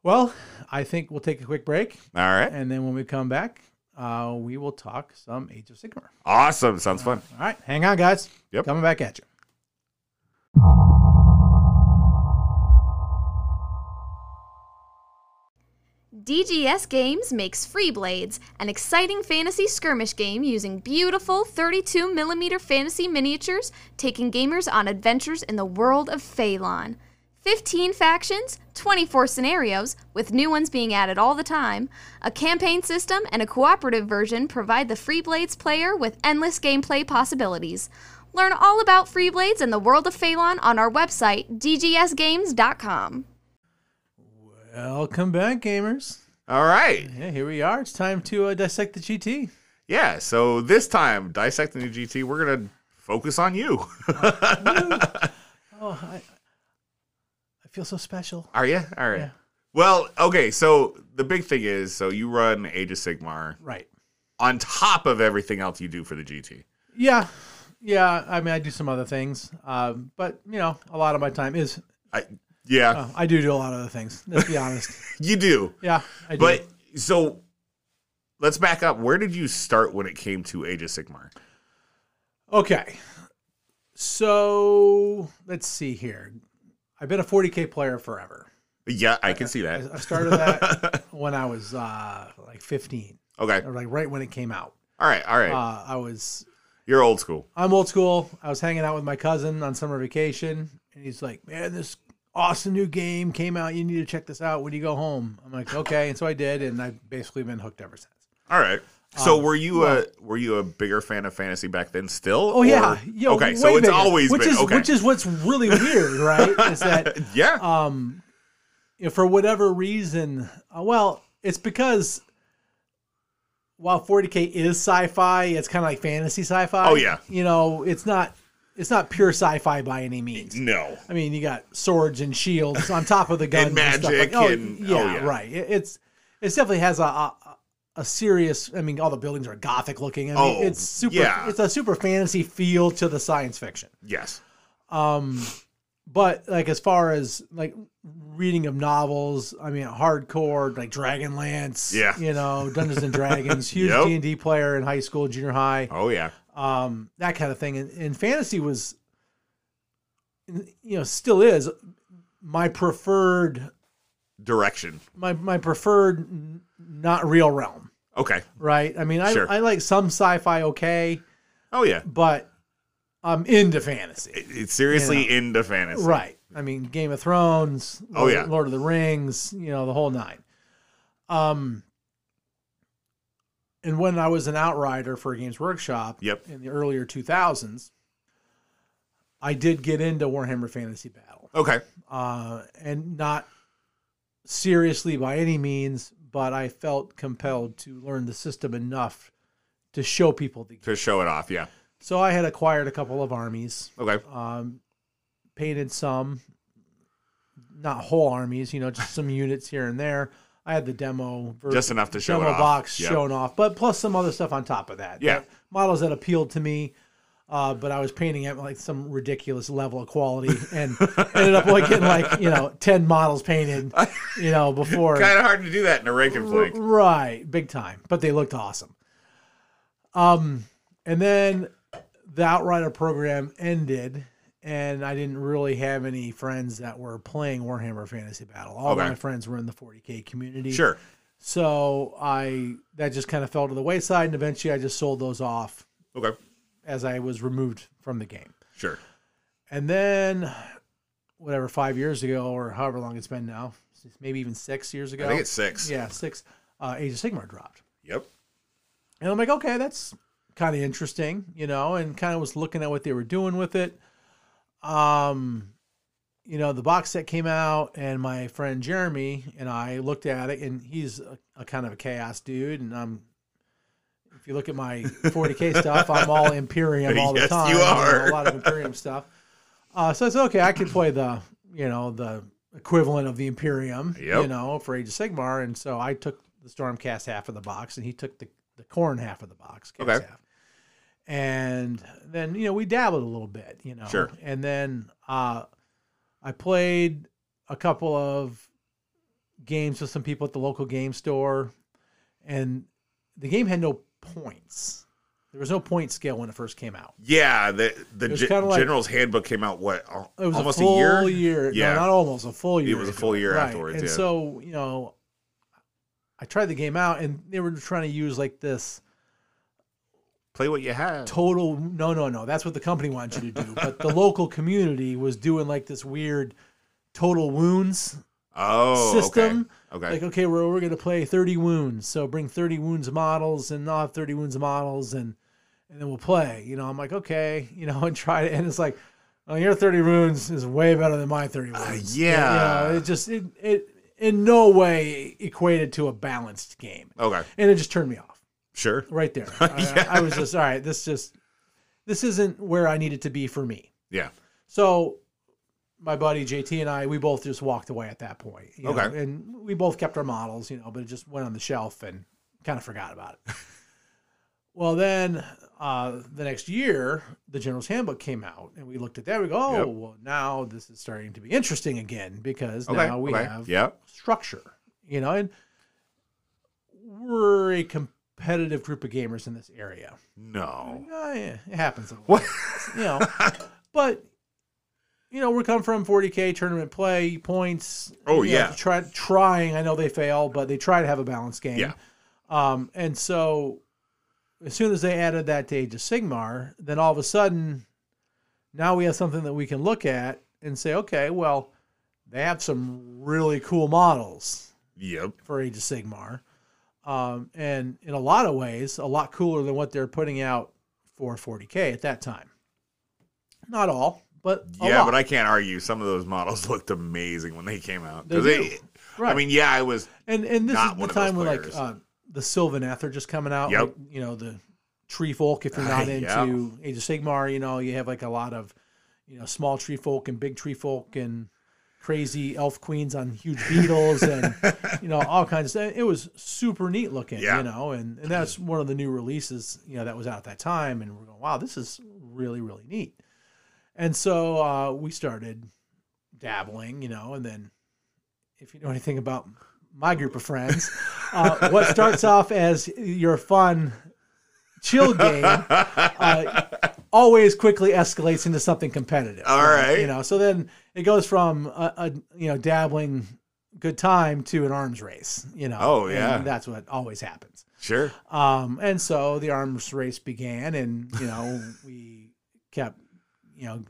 S2: Well, I think we'll take a quick break,
S3: All right.
S2: and then when we come back, uh, we will talk some Age of Sigmar.
S3: Awesome. Sounds fun.
S2: All right, hang on, guys.
S3: Yep.
S2: coming back at you.
S4: DGS Games makes Free Blades, an exciting fantasy skirmish game using beautiful 32mm fantasy miniatures, taking gamers on adventures in the world of Phalon. 15 factions, 24 scenarios, with new ones being added all the time, a campaign system, and a cooperative version provide the Free Blades player with endless gameplay possibilities. Learn all about Free Blades and the world of Phalon on our website, dgsgames.com.
S2: Welcome back, gamers.
S3: All right.
S2: Yeah, here we are. It's time to uh, dissect the GT.
S3: Yeah. So this time, dissecting the GT, we're gonna focus on you.
S2: Oh, I, I feel so special.
S3: Are you? All right.
S2: Yeah.
S3: Well, okay. So the big thing is, so you run Age of Sigmar
S2: Right.
S3: on top of everything else you do for the GT.
S2: Yeah, yeah. I mean, I do some other things, um, but you know, a lot of my time is
S3: I yeah,
S2: uh, I do do a lot of other things. Let's be honest.
S3: you do.
S2: Yeah, I do.
S3: But so let's back up. Where did you start when it came to Age of Sigmar?
S2: okay, so let's see here. I've been a 40k player forever.
S3: Yeah, I can see
S2: I
S3: that.
S2: I started that when I was uh, like 15,
S3: Okay.
S2: or like right when it came out.
S3: All right. All right.
S2: Uh, I was
S3: You're old school.
S2: I'm old school. I was hanging out with my cousin on summer vacation, and he's like, "Man, this awesome new game came out. You need to check this out when you go home." I'm like, "Okay," and so I did, and I've basically been hooked ever since.
S3: All right.
S2: um,
S3: So were you a were you a bigger fan of fantasy back then? Still?
S2: Oh yeah, yeah.
S3: okay.
S2: way
S3: So it's
S2: bigger.
S3: always
S2: which
S3: been
S2: is
S3: okay.
S2: which is what's really weird, right? Is that
S3: yeah.
S2: um, you know, for whatever reason, uh, well, it's because while 40k is sci-fi, it's kind of like fantasy sci-fi.
S3: Oh, yeah.
S2: you know, it's not it's not pure sci-fi by any means.
S3: no.
S2: I mean, you got swords and shields on top of the guns
S3: And
S2: stuff
S3: magic
S2: like- oh,
S3: and-
S2: yeah,
S3: oh, yeah.
S2: right. It, it's it definitely has a, a a serious. I mean, all the buildings are gothic looking. I mean,
S3: Oh,
S2: it's super.
S3: yeah.
S2: It's a super fantasy feel to the science fiction.
S3: Yes.
S2: Um, but like as far as like reading of novels, I mean, hardcore like Dragonlance.
S3: Yeah.
S2: you know, Dungeons and Dragons. Huge
S3: Yep.
S2: D and D player in high school, junior high
S3: Oh yeah.
S2: um, that kind of thing. And, and fantasy was, you know, still is my preferred
S3: Direction.
S2: my my preferred n- not real realm,
S3: Okay.
S2: right? I mean, I
S3: Sure.
S2: I like some sci-fi, okay,
S3: Oh yeah.
S2: but I'm into fantasy,
S3: It's seriously into fantasy.
S2: right? I mean, Game of Thrones,
S3: Oh,
S2: Lord,
S3: yeah.
S2: Lord of the Rings, you know, the whole nine. Um. And when I was an outrider for Games Workshop,
S3: Yep.
S2: in the earlier 2000s, I did get into Warhammer Fantasy Battle.
S3: Okay.
S2: Uh, and not seriously by any means, but I felt compelled to learn the system enough to show people the game.
S3: To show it off. Yeah.
S2: So I had acquired a couple of armies,
S3: Okay.
S2: um, painted some, not whole armies, you know, just some units here and there. I had the demo version
S3: Just enough to show
S2: demo
S3: it off.
S2: box
S3: Yep.
S2: shown off, but plus some other stuff on top of that.
S3: Yeah.
S2: Models that appealed to me. Uh, but I was painting at like some ridiculous level of quality and ended up like getting like you know ten models painted, you know before
S3: Kind of hard to do that in a rake and flake.
S2: Right, big time. But they looked awesome. Um, and then the Outrider program ended, and I didn't really have any friends that were playing Warhammer Fantasy Battle. All
S3: Okay.
S2: my friends were in the 40k community.
S3: Sure.
S2: So I that just kind of fell to the wayside, and eventually I just sold those off
S3: Okay.
S2: as I was removed from the game.
S3: Sure.
S2: And then, whatever, five years ago or however long it's been now, maybe even six years ago.
S3: I think it's six.
S2: yeah, six. Uh, Age of Sigmar dropped.
S3: Yep.
S2: And I'm like, okay, that's kind of interesting, you know, and kind of was looking at what they were doing with it. Um, you know, the box set came out, and my friend Jeremy and I looked at it, and he's a, a kind of a chaos dude, and I'm. If you look at my 40k stuff, I'm all Imperium all the
S3: Yes,
S2: time.
S3: you
S2: you know,
S3: are.
S2: a lot of Imperium stuff. Uh, so it's okay. I could play the, you know, the equivalent of the Imperium,
S3: Yep.
S2: you know, for Age of Sigmar. And so I took the Stormcast half of the box, and he took the the corn half of the box. Cast
S3: Okay.
S2: half. And then you know we dabbled a little bit, you know.
S3: Sure.
S2: And then uh, I played a couple of games with some people at the local game store, and the game had no points. There was no point scale when it first came out.
S3: Yeah. The the
S2: was
S3: ge-
S2: kinda like-
S3: general's handbook came out what al-
S2: It was
S3: almost
S2: a full
S3: year.
S2: No,
S3: Yeah.
S2: not almost a full year.
S3: was a
S2: ago.
S3: full year afterwards,
S2: And
S3: yeah.
S2: so you know, I tried the game out, and they were trying to use like this
S3: Play what you have.
S2: total. No, no, no. That's what the company wants you to do, but the local community was doing like this weird total wounds
S3: Oh.
S2: system.
S3: Okay. okay.
S2: Like, okay, we're we're gonna play thirty wounds, so bring thirty wounds models, and I'll have thirty wounds models, and and then we'll play. You know, I'm like, okay, you know, and try it, and it's like, oh, your thirty wounds is way better than my thirty wounds. You
S3: yeah.
S2: know, it just it it in no way equated to a balanced game,
S3: okay.
S2: and it just turned me off
S3: Sure.
S2: right there. I, I was just all right. This just this isn't where I needed to be for me.
S3: Yeah.
S2: So my buddy JT and I, we both just walked away at that point. you know,
S3: Okay.
S2: and we both kept our models, you know, but it just went on the shelf and kind of forgot about it. well, then uh, the next year, the General's Handbook came out, and we looked at that. We go, oh,
S3: Yep.
S2: well, now this is starting to be interesting again because
S3: Okay.
S2: now we
S3: okay.
S2: have
S3: Yep.
S2: structure, you know, and we're a competitive group of gamers in this area.
S3: No.
S2: Oh, yeah, it happens. a lot.
S3: What?
S2: You know, but you know, we're coming from 40k tournament play points.
S3: Oh,
S2: you know,
S3: yeah.
S2: try trying. I know they fail, but they try to have a balanced game.
S3: Yeah.
S2: Um, and so as soon as they added that to Age of Sigmar, then all of a sudden, now we have something that we can look at and say, okay, well, they have some really cool models
S3: Yep.
S2: for Age of Sigmar. Um, and in a lot of ways, a lot cooler than what they're putting out for 40K at that time. Not all, but a
S3: Yeah,
S2: lot.
S3: but I can't argue. Some of those models looked amazing when they came out. 'Cause
S2: They
S3: they-
S2: do. right.
S3: I mean, yeah, I was.
S2: and and this
S3: not
S2: is the
S3: one of those
S2: time when like
S3: players.
S2: uh, the Sylvaneth are just coming out.
S3: Yep.
S2: like, you know the tree folk. If you're not
S3: Yeah.
S2: into Age of Sigmar, you know you have like a lot of you know small tree folk and big tree folk and crazy elf queens on huge beetles and you know all kinds of stuff. It was super neat looking,
S3: Yeah.
S2: you know, and and that's one of the new releases you know that was out at that time, and we're going, wow, this is really really neat. And so uh, we started dabbling, you know, and then if you know anything about my group of friends, uh, what starts off as your fun chill game uh, always quickly escalates into something competitive.
S3: All right.
S2: You know, so then it goes from a, a you know dabbling good time to an arms race. You know.
S3: Oh,
S2: and
S3: yeah.
S2: that's what always happens.
S3: Sure.
S2: Um, and so the arms race began, and you know we kept, you know,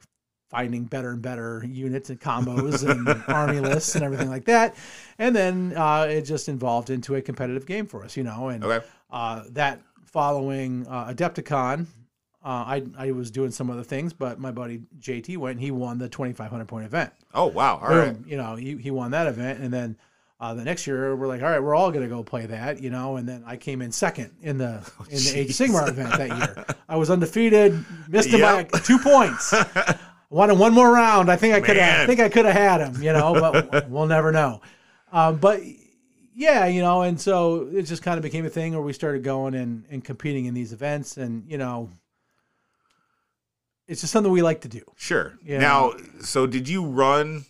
S2: finding better and better units and combos and army lists and everything like that. And then uh, it just evolved into a competitive game for us, you know. And
S3: Okay.
S2: uh, that following uh, Adepticon, uh, I I was doing some other things, but my buddy JT went. and He won the twenty five hundred point event.
S3: Oh wow. All right.
S2: Boom. You know, he, he won that event. And then uh, the next year, we're like, all right, we're all going to go play that, you know. And then I came in second in the
S3: Oh,
S2: in the Age of Sigmar event that year. I was undefeated, missed him
S3: Yep.
S2: by two points. Wanted one more round. I think I could
S3: Man.
S2: I think I could have had him, you know, but we'll never know. Um, but yeah, you know, and so it just kind of became a thing where we started going and, and competing in these events, and you know, it's just something we like to do.
S3: Sure.
S2: Yeah.
S3: Now, so did you run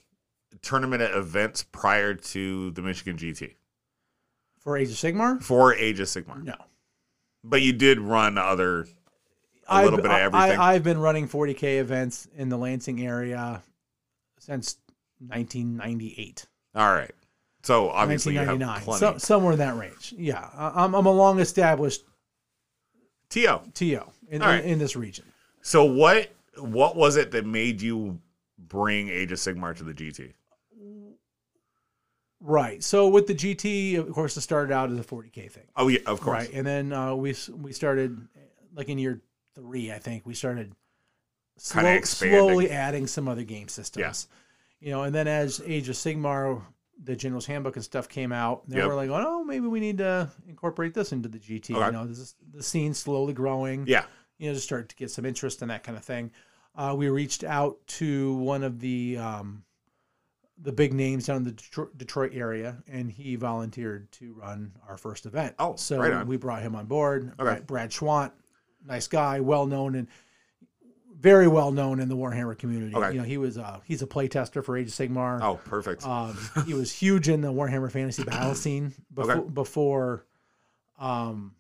S3: tournament events prior to the Michigan GT
S2: For Age of Sigmar,
S3: for Age of Sigmar?
S2: no,
S3: But you did run other. A little bit of everything.
S2: I, have been running 40k events in the Lansing area since 1998,
S3: All right. So obviously you have
S2: 1999, so,
S3: plenty.
S2: somewhere in that range. Yeah, I- I'm, I'm a long established
S3: Tio.
S2: TO in,
S3: All right.
S2: in, in this region.
S3: So what what was it that made you bring Age of Sigmar to the GT?
S2: Right. So with the GT, of course, it started out as a 40k thing.
S3: Oh yeah, of course.
S2: Right, and then uh, we s- we started like in year three, I think we started slow,
S3: expanding.
S2: slowly adding some other game systems. You know, and then as Age of Sigmar, the General's Handbook and stuff came out, then
S3: Yep.
S2: we're like, oh, maybe we need to incorporate this into the GT.
S3: Okay.
S2: You know, this is, the scene's slowly growing.
S3: Yeah.
S2: You know, to start to get some interest in that kind of thing. Uh, we reached out to one of the um, the big names down in the Detroit, Detroit area, and he volunteered to run our first event.
S3: Oh,
S2: so
S3: right on.
S2: we brought him on board.
S3: Okay.
S2: Brad- Brad Schwant, nice guy, well known and very well known in the Warhammer community.
S3: Okay.
S2: You know, he was uh, he's a playtester for Age of Sigmar.
S3: Oh, perfect.
S2: Um, he was huge in the Warhammer Fantasy Battle scene before,
S3: Okay.
S2: before um,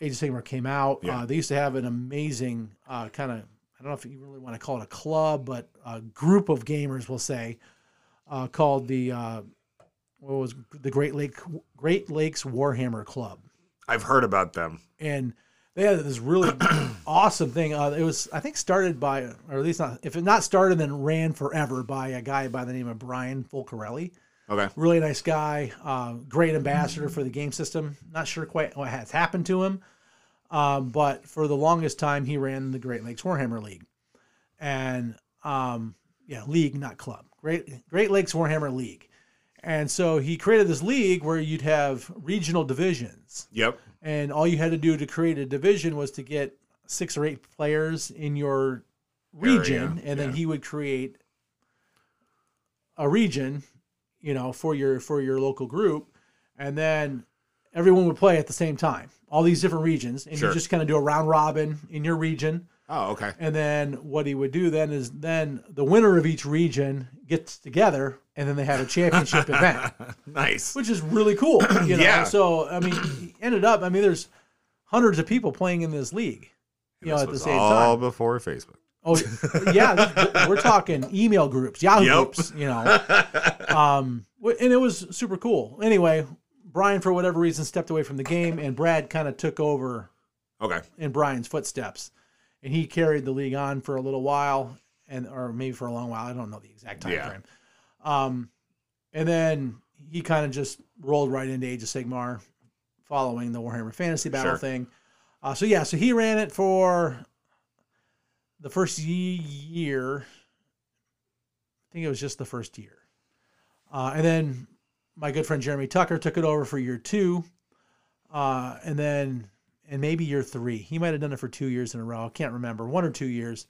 S2: Age of Sigmar came out.
S3: Yeah.
S2: Uh, they used to have an amazing uh, kind of, I don't know if you really want to call it a club, but a group of gamers, we'll say, uh, called the, uh, what was the Great, Lake, Great Lakes Warhammer Club.
S3: I've heard about them.
S2: And they had this really awesome thing. Uh, it was, I think, started by, or at least not, if it not started, then ran forever by a guy by the name of Brian Fulcarelli
S3: Okay.
S2: really nice guy, uh, great ambassador for the game system. Not sure quite what has happened to him, um, but for the longest time, he ran the Great Lakes Warhammer League, and um, yeah, league, not club. Great Great Lakes Warhammer League, and so he created this league where you'd have regional divisions,
S3: Yep.
S2: and all you had to do to create a division was to get six or eight players in your
S3: Area,
S2: region and then
S3: yeah.
S2: he would create a region you know for your for your local group and then everyone would play at the same time all these different regions and
S3: Sure.
S2: you just kind of do a round robin in your region
S3: Oh, okay.
S2: and then what he would do then is then the winner of each region gets together and then they have a championship event
S3: nice.
S2: which is really cool. You know?
S3: Yeah.
S2: So I mean, he ended up. I mean, there's hundreds of people playing in this league. You know,
S3: This
S2: at the
S3: was
S2: same
S3: all
S2: time.
S3: before Facebook.
S2: Oh, yeah. We're talking email groups, Yahoo
S3: Yep.
S2: groups. You know, um, wh- and it was super cool. Anyway, Brian, for whatever reason, stepped away from the game, and Brad kind of took over
S3: Okay.
S2: in Brian's footsteps, and he carried the league on for a little while, and or maybe for a long while. I don't know the exact time
S3: Yeah.
S2: frame. Um, and then he kind of just rolled right into Age of Sigmar, following the Warhammer Fantasy Battle
S3: Sure.
S2: thing. Uh, so yeah, so he ran it for the first ye- year. I think it was just the first year, uh, and then my good friend Jeremy Tucker took it over for year two, uh, and then and maybe year three. He might have done it for two years in a row. I can't remember, one or two years.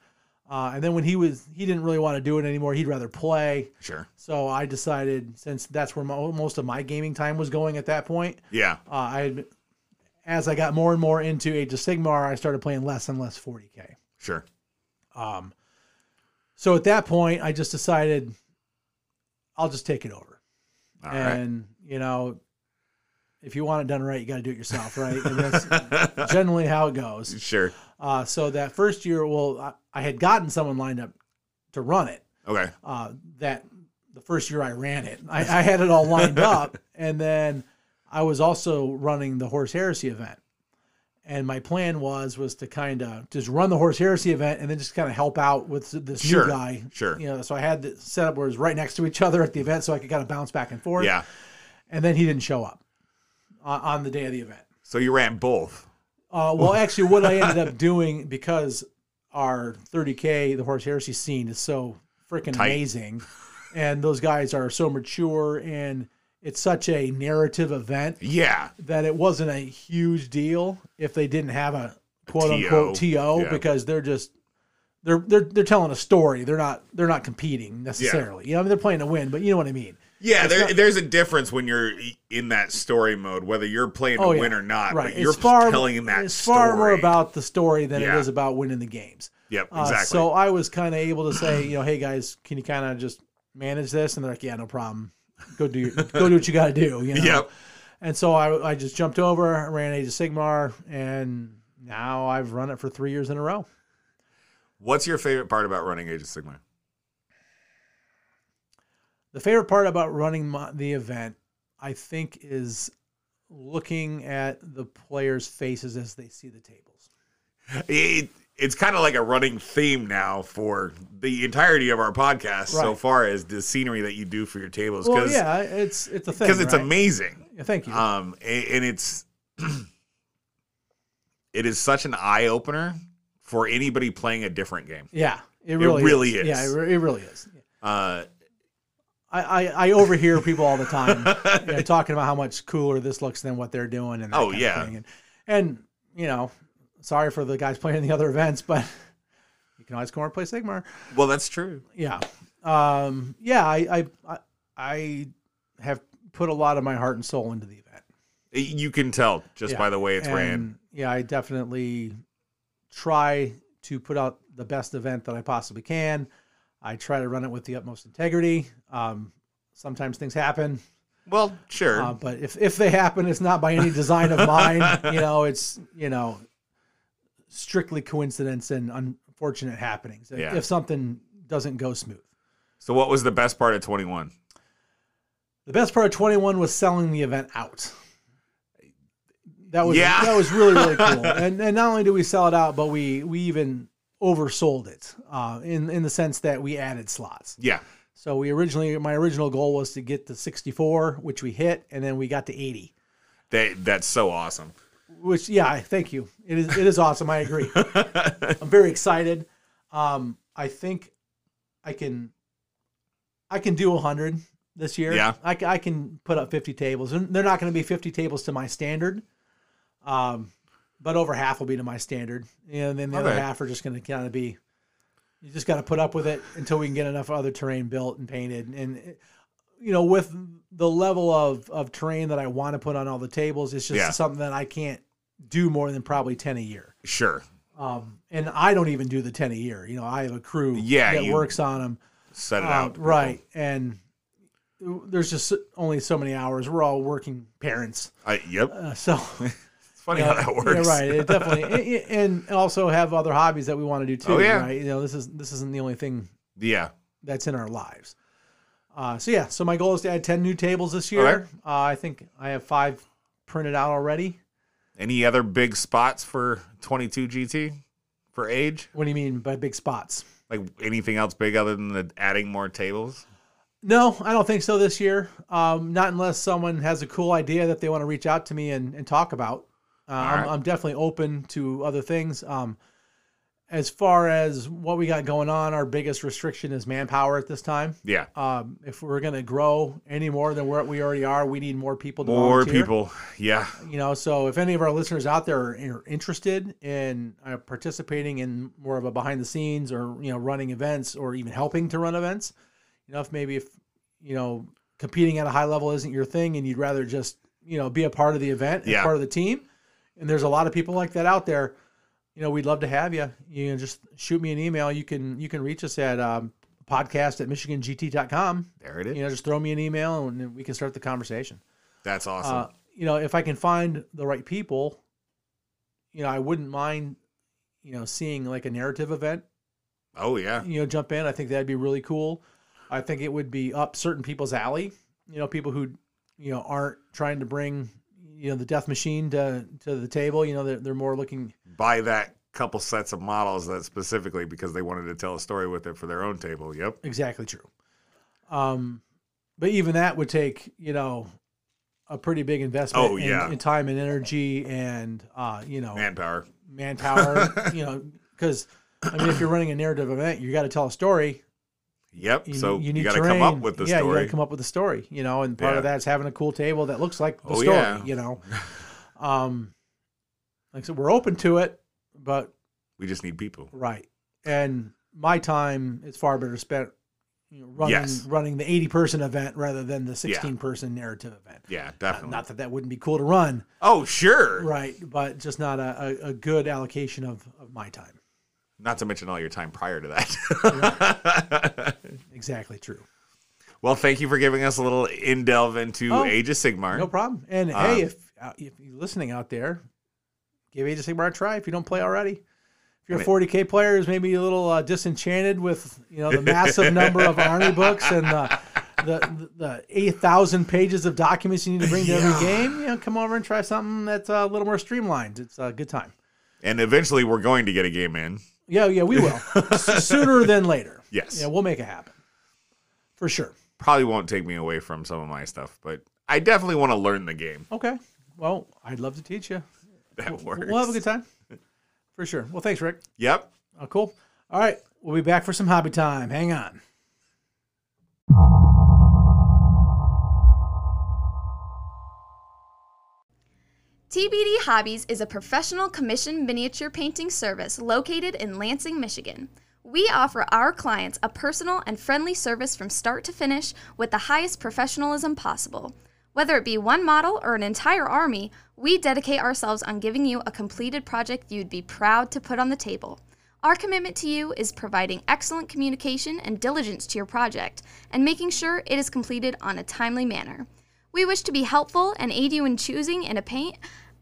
S2: Uh, and then when he was, he didn't really want to do it anymore. He'd rather play.
S3: Sure.
S2: So I decided, since that's where mo most of my gaming time was going at that point,
S3: Yeah.
S2: uh, I, had- as I got more and more into Age of Sigmar, I started playing less and less 40k.
S3: Sure.
S2: Um, so at that point, I just decided, I'll just take it over
S3: All right.
S2: and you know if you want it done right you got to do it yourself right and that's generally how it goes
S3: Sure.
S2: uh, so that first year well I, I had gotten someone lined up to run it
S3: Okay.
S2: uh, that the first year i ran it I, I had it all lined up and then i was also running the horse heresy event and my plan was was to kind of just run the horse heresy event and then just kind of help out with this
S3: Sure.
S2: new guy
S3: Sure.
S2: you know so i had the setup where it was right next to each other at the event so i could kind of bounce back and forth
S3: Yeah.
S2: and then he didn't show up on, on the day of the event.
S3: So you ran both.
S2: Uh, well, actually, what I ended up doing because our 30k, the horse heresy scene is so freaking
S3: Tight.
S2: amazing, and those guys are so mature, and it's such a narrative event
S3: Yeah.
S2: that it wasn't a huge deal if they didn't have a quote
S3: TO.
S2: unquote TO
S3: Yeah.
S2: because they're just they're they're they're telling a story. They're not they're not competing necessarily. You know, I mean, they're playing to win, but you know what I mean.
S3: Yeah, there, there's a difference when you're e, in that story mode, whether you're playing
S2: Oh,
S3: to win or not. But you're telling that
S2: it's
S3: story.
S2: far more about the story than
S3: Yeah.
S2: it is about winning the games.
S3: Yep,
S2: Uh,
S3: exactly.
S2: so I was kind of able to say, you know, hey guys, can you kind of just manage this? And they're like, yeah, no problem. Go do your, go do what you got to do. You know?
S3: Yep.
S2: And so I, I just jumped over, I ran Age of Sigmar, and now I've run it for three years in a row.
S3: What's your favorite part about running Age of Sigmar?
S2: The favorite part about running my, the event, I think, is looking at the players' faces as they see the tables.
S3: It, it's kind of like a running theme now for the entirety of our podcast so
S2: Right.
S3: far as the scenery that you do for your tables
S2: Well,
S3: because
S2: yeah, it's it's a thing.
S3: because it's
S2: right?
S3: amazing.
S2: Yeah, Thank you.
S3: Um, a- and, it's it is such an eye opener for anybody playing a different game.
S2: yeah, it really,
S3: really
S2: is.
S3: is.
S2: Yeah, it, re- it really is.
S3: Uh,
S2: I, I, I overhear people all the time you know, talking about how much cooler this looks than what they're doing and that
S3: Oh,
S2: kind of
S3: yeah.
S2: thing. And, and you know, sorry for the guys playing the other events, but you can always come over and play Sigmar.
S3: well, that's true.
S2: Yeah, um, yeah. I, I I I have put a lot of my heart and soul into the event.
S3: You can tell just
S2: Yeah,
S3: by the way it's
S2: and,
S3: ran.
S2: Yeah, I definitely try to put out the best event that I possibly can. I try to run it with the utmost integrity. Um, sometimes things happen,
S3: Well, sure.
S2: uh, but if, if they happen, it's not by any design of mine. You know, it's you know strictly coincidence and unfortunate happenings. If-
S3: Yeah.
S2: If something doesn't go smooth,
S3: so, what was the best part of twenty one?
S2: the best part of twenty one was selling the event out. That was
S3: Yeah.
S2: that was really really cool. and and not only did we sell it out, but we we even oversold it uh, in in the sense that we added slots.
S3: Yeah,
S2: So we originally my original goal was to get to sixty four, which we hit, and then we got to eighty.
S3: that that's so awesome.
S2: which yeah I- thank you it is it is awesome i agree i'm very excited um i think i can i can do 100 this year
S3: Yeah.
S2: i, ca- I can put up 50 tables and they're not going to be 50 tables to my standard um but over half will be to my standard and then the other
S3: Okay.
S2: half are just going to kind of be you just got to put up with it until we can get enough other terrain built and painted and it- you know with the level of of terrain that i want to put on all the tables it's just
S3: Yeah.
S2: something that i can't do more than probably 10 a year
S3: Sure.
S2: um and i don't even do the 10 a year you know i have a crew
S3: Yeah,
S2: that
S3: you-
S2: works on them
S3: Set it
S2: um,
S3: out.
S2: right and there's just only so many hours we're all working parents
S3: I, yep.
S2: uh, so
S3: It's funny how that
S2: Yeah,
S3: works.
S2: right. It definitely, and and also have other hobbies that we want to do too.
S3: Oh, yeah.
S2: Right? You know, this is this isn't the only thing
S3: Yeah.
S2: that's in our lives. Uh, so yeah, so my goal is to add ten new tables this year.
S3: Okay.
S2: Uh, I think I have five printed out already.
S3: Any other big spots for 22 GT for age?
S2: What do you mean by big spots?
S3: Like anything else big other than the adding more tables?
S2: No, I don't think so this year. Um, not unless someone has a cool idea that they want to reach out to me and, and talk about. Uh, I'm,
S3: right.
S2: I'm definitely open to other things. Um, as far as what we got going on, our biggest restriction is manpower at this time.
S3: Yeah.
S2: um, if we're going to grow any more than what we already are, we need more people. To
S3: More
S2: volunteer.
S3: people. Yeah.
S2: you know. So if any of our listeners out there are, are interested in uh, participating in more of a behind the scenes, or you know, running events, or even helping to run events, you know, if maybe if you know competing at a high level isn't your thing, and you'd rather just you know be a part of the event and
S3: Yeah.
S2: part of the team, and there's a lot of people like that out there. You know, we'd love to have you. You know, just shoot me an email. You can you can reach us at um, podcast at michigangt.com
S3: There it is.
S2: you know, just throw me an email and we can start the conversation.
S3: That's awesome.
S2: Uh, you know, if I can find the right people, you know, I wouldn't mind, you know, seeing like a narrative event,
S3: oh, yeah.
S2: you know, jump in. I think that'd be really cool. I think it would be up certain people's alley, you know, people who, you know, aren't trying to bring, you know, the death machine to, to the table. You know, they're, they're more looking,
S3: Buy that couple sets of models that specifically because they wanted to tell a story with it for their own table. Yep.
S2: Exactly true. Um, but even that would take you know a pretty big investment.
S3: Oh,
S2: in-
S3: yeah.
S2: in, time and energy and uh, you know
S3: Manpower.
S2: manpower. you know, because I mean, if you're running a narrative event, you got to tell a story.
S3: Yep.
S2: You,
S3: so
S2: you
S3: you,
S2: need
S3: got to
S2: terrain.
S3: come up with the
S2: yeah, you got
S3: story.
S2: to come up with a story. You know, and part of
S3: Yeah.
S2: that's having a cool table that looks like the
S3: Oh,
S2: story.
S3: yeah.
S2: You know, um, like I said, we're open to it, but
S3: we just need people.
S2: Right. And my time is far better spent, you know, running
S3: Yes.
S2: running the 80 person event rather than the 16 person narrative event.
S3: Yeah, definitely.
S2: Not that that wouldn't be cool to run,
S3: oh, sure.
S2: right? But just not a, a, a good allocation of, of my time.
S3: Not to mention all your time prior to that.
S2: Exactly true.
S3: well, thank you for giving us a little in delve into
S2: Oh,
S3: Age of Sigmar.
S2: No problem. And hey, if uh, if you're listening out there, give Age of Sigmar a try if you don't play already. If you're a 40k player who's maybe a little uh, disenchanted with you know the massive number of army books and uh, the the eight thousand pages of documents you need to bring to every game, you know, come over and try something that's uh, a little more streamlined. It's a good time.
S3: And eventually we're going to get a game in.
S2: Yeah, yeah, we will S- sooner than later.
S3: Yes.
S2: yeah, we'll make it happen for sure.
S3: Probably won't take me away from some of my stuff, but I definitely want to learn the game.
S2: Okay. Well, I'd love to teach you.
S3: That works.
S2: We'll have a good time for sure. Well, thanks, Rick.
S3: yep.
S2: Oh, cool. All right. We'll be back for some hobby time. Hang on.
S4: TBD Hobbies is a professional commissioned miniature painting service located in Lansing, Michigan. We offer our clients a personal and friendly service from start to finish with the highest professionalism possible. Whether it be one model or an entire army, we dedicate ourselves on giving you a completed project you'd be proud to put on the table. Our commitment to you is providing excellent communication and diligence to your project and making sure it is completed on a timely manner. We wish to be helpful and aid you in choosing in a paint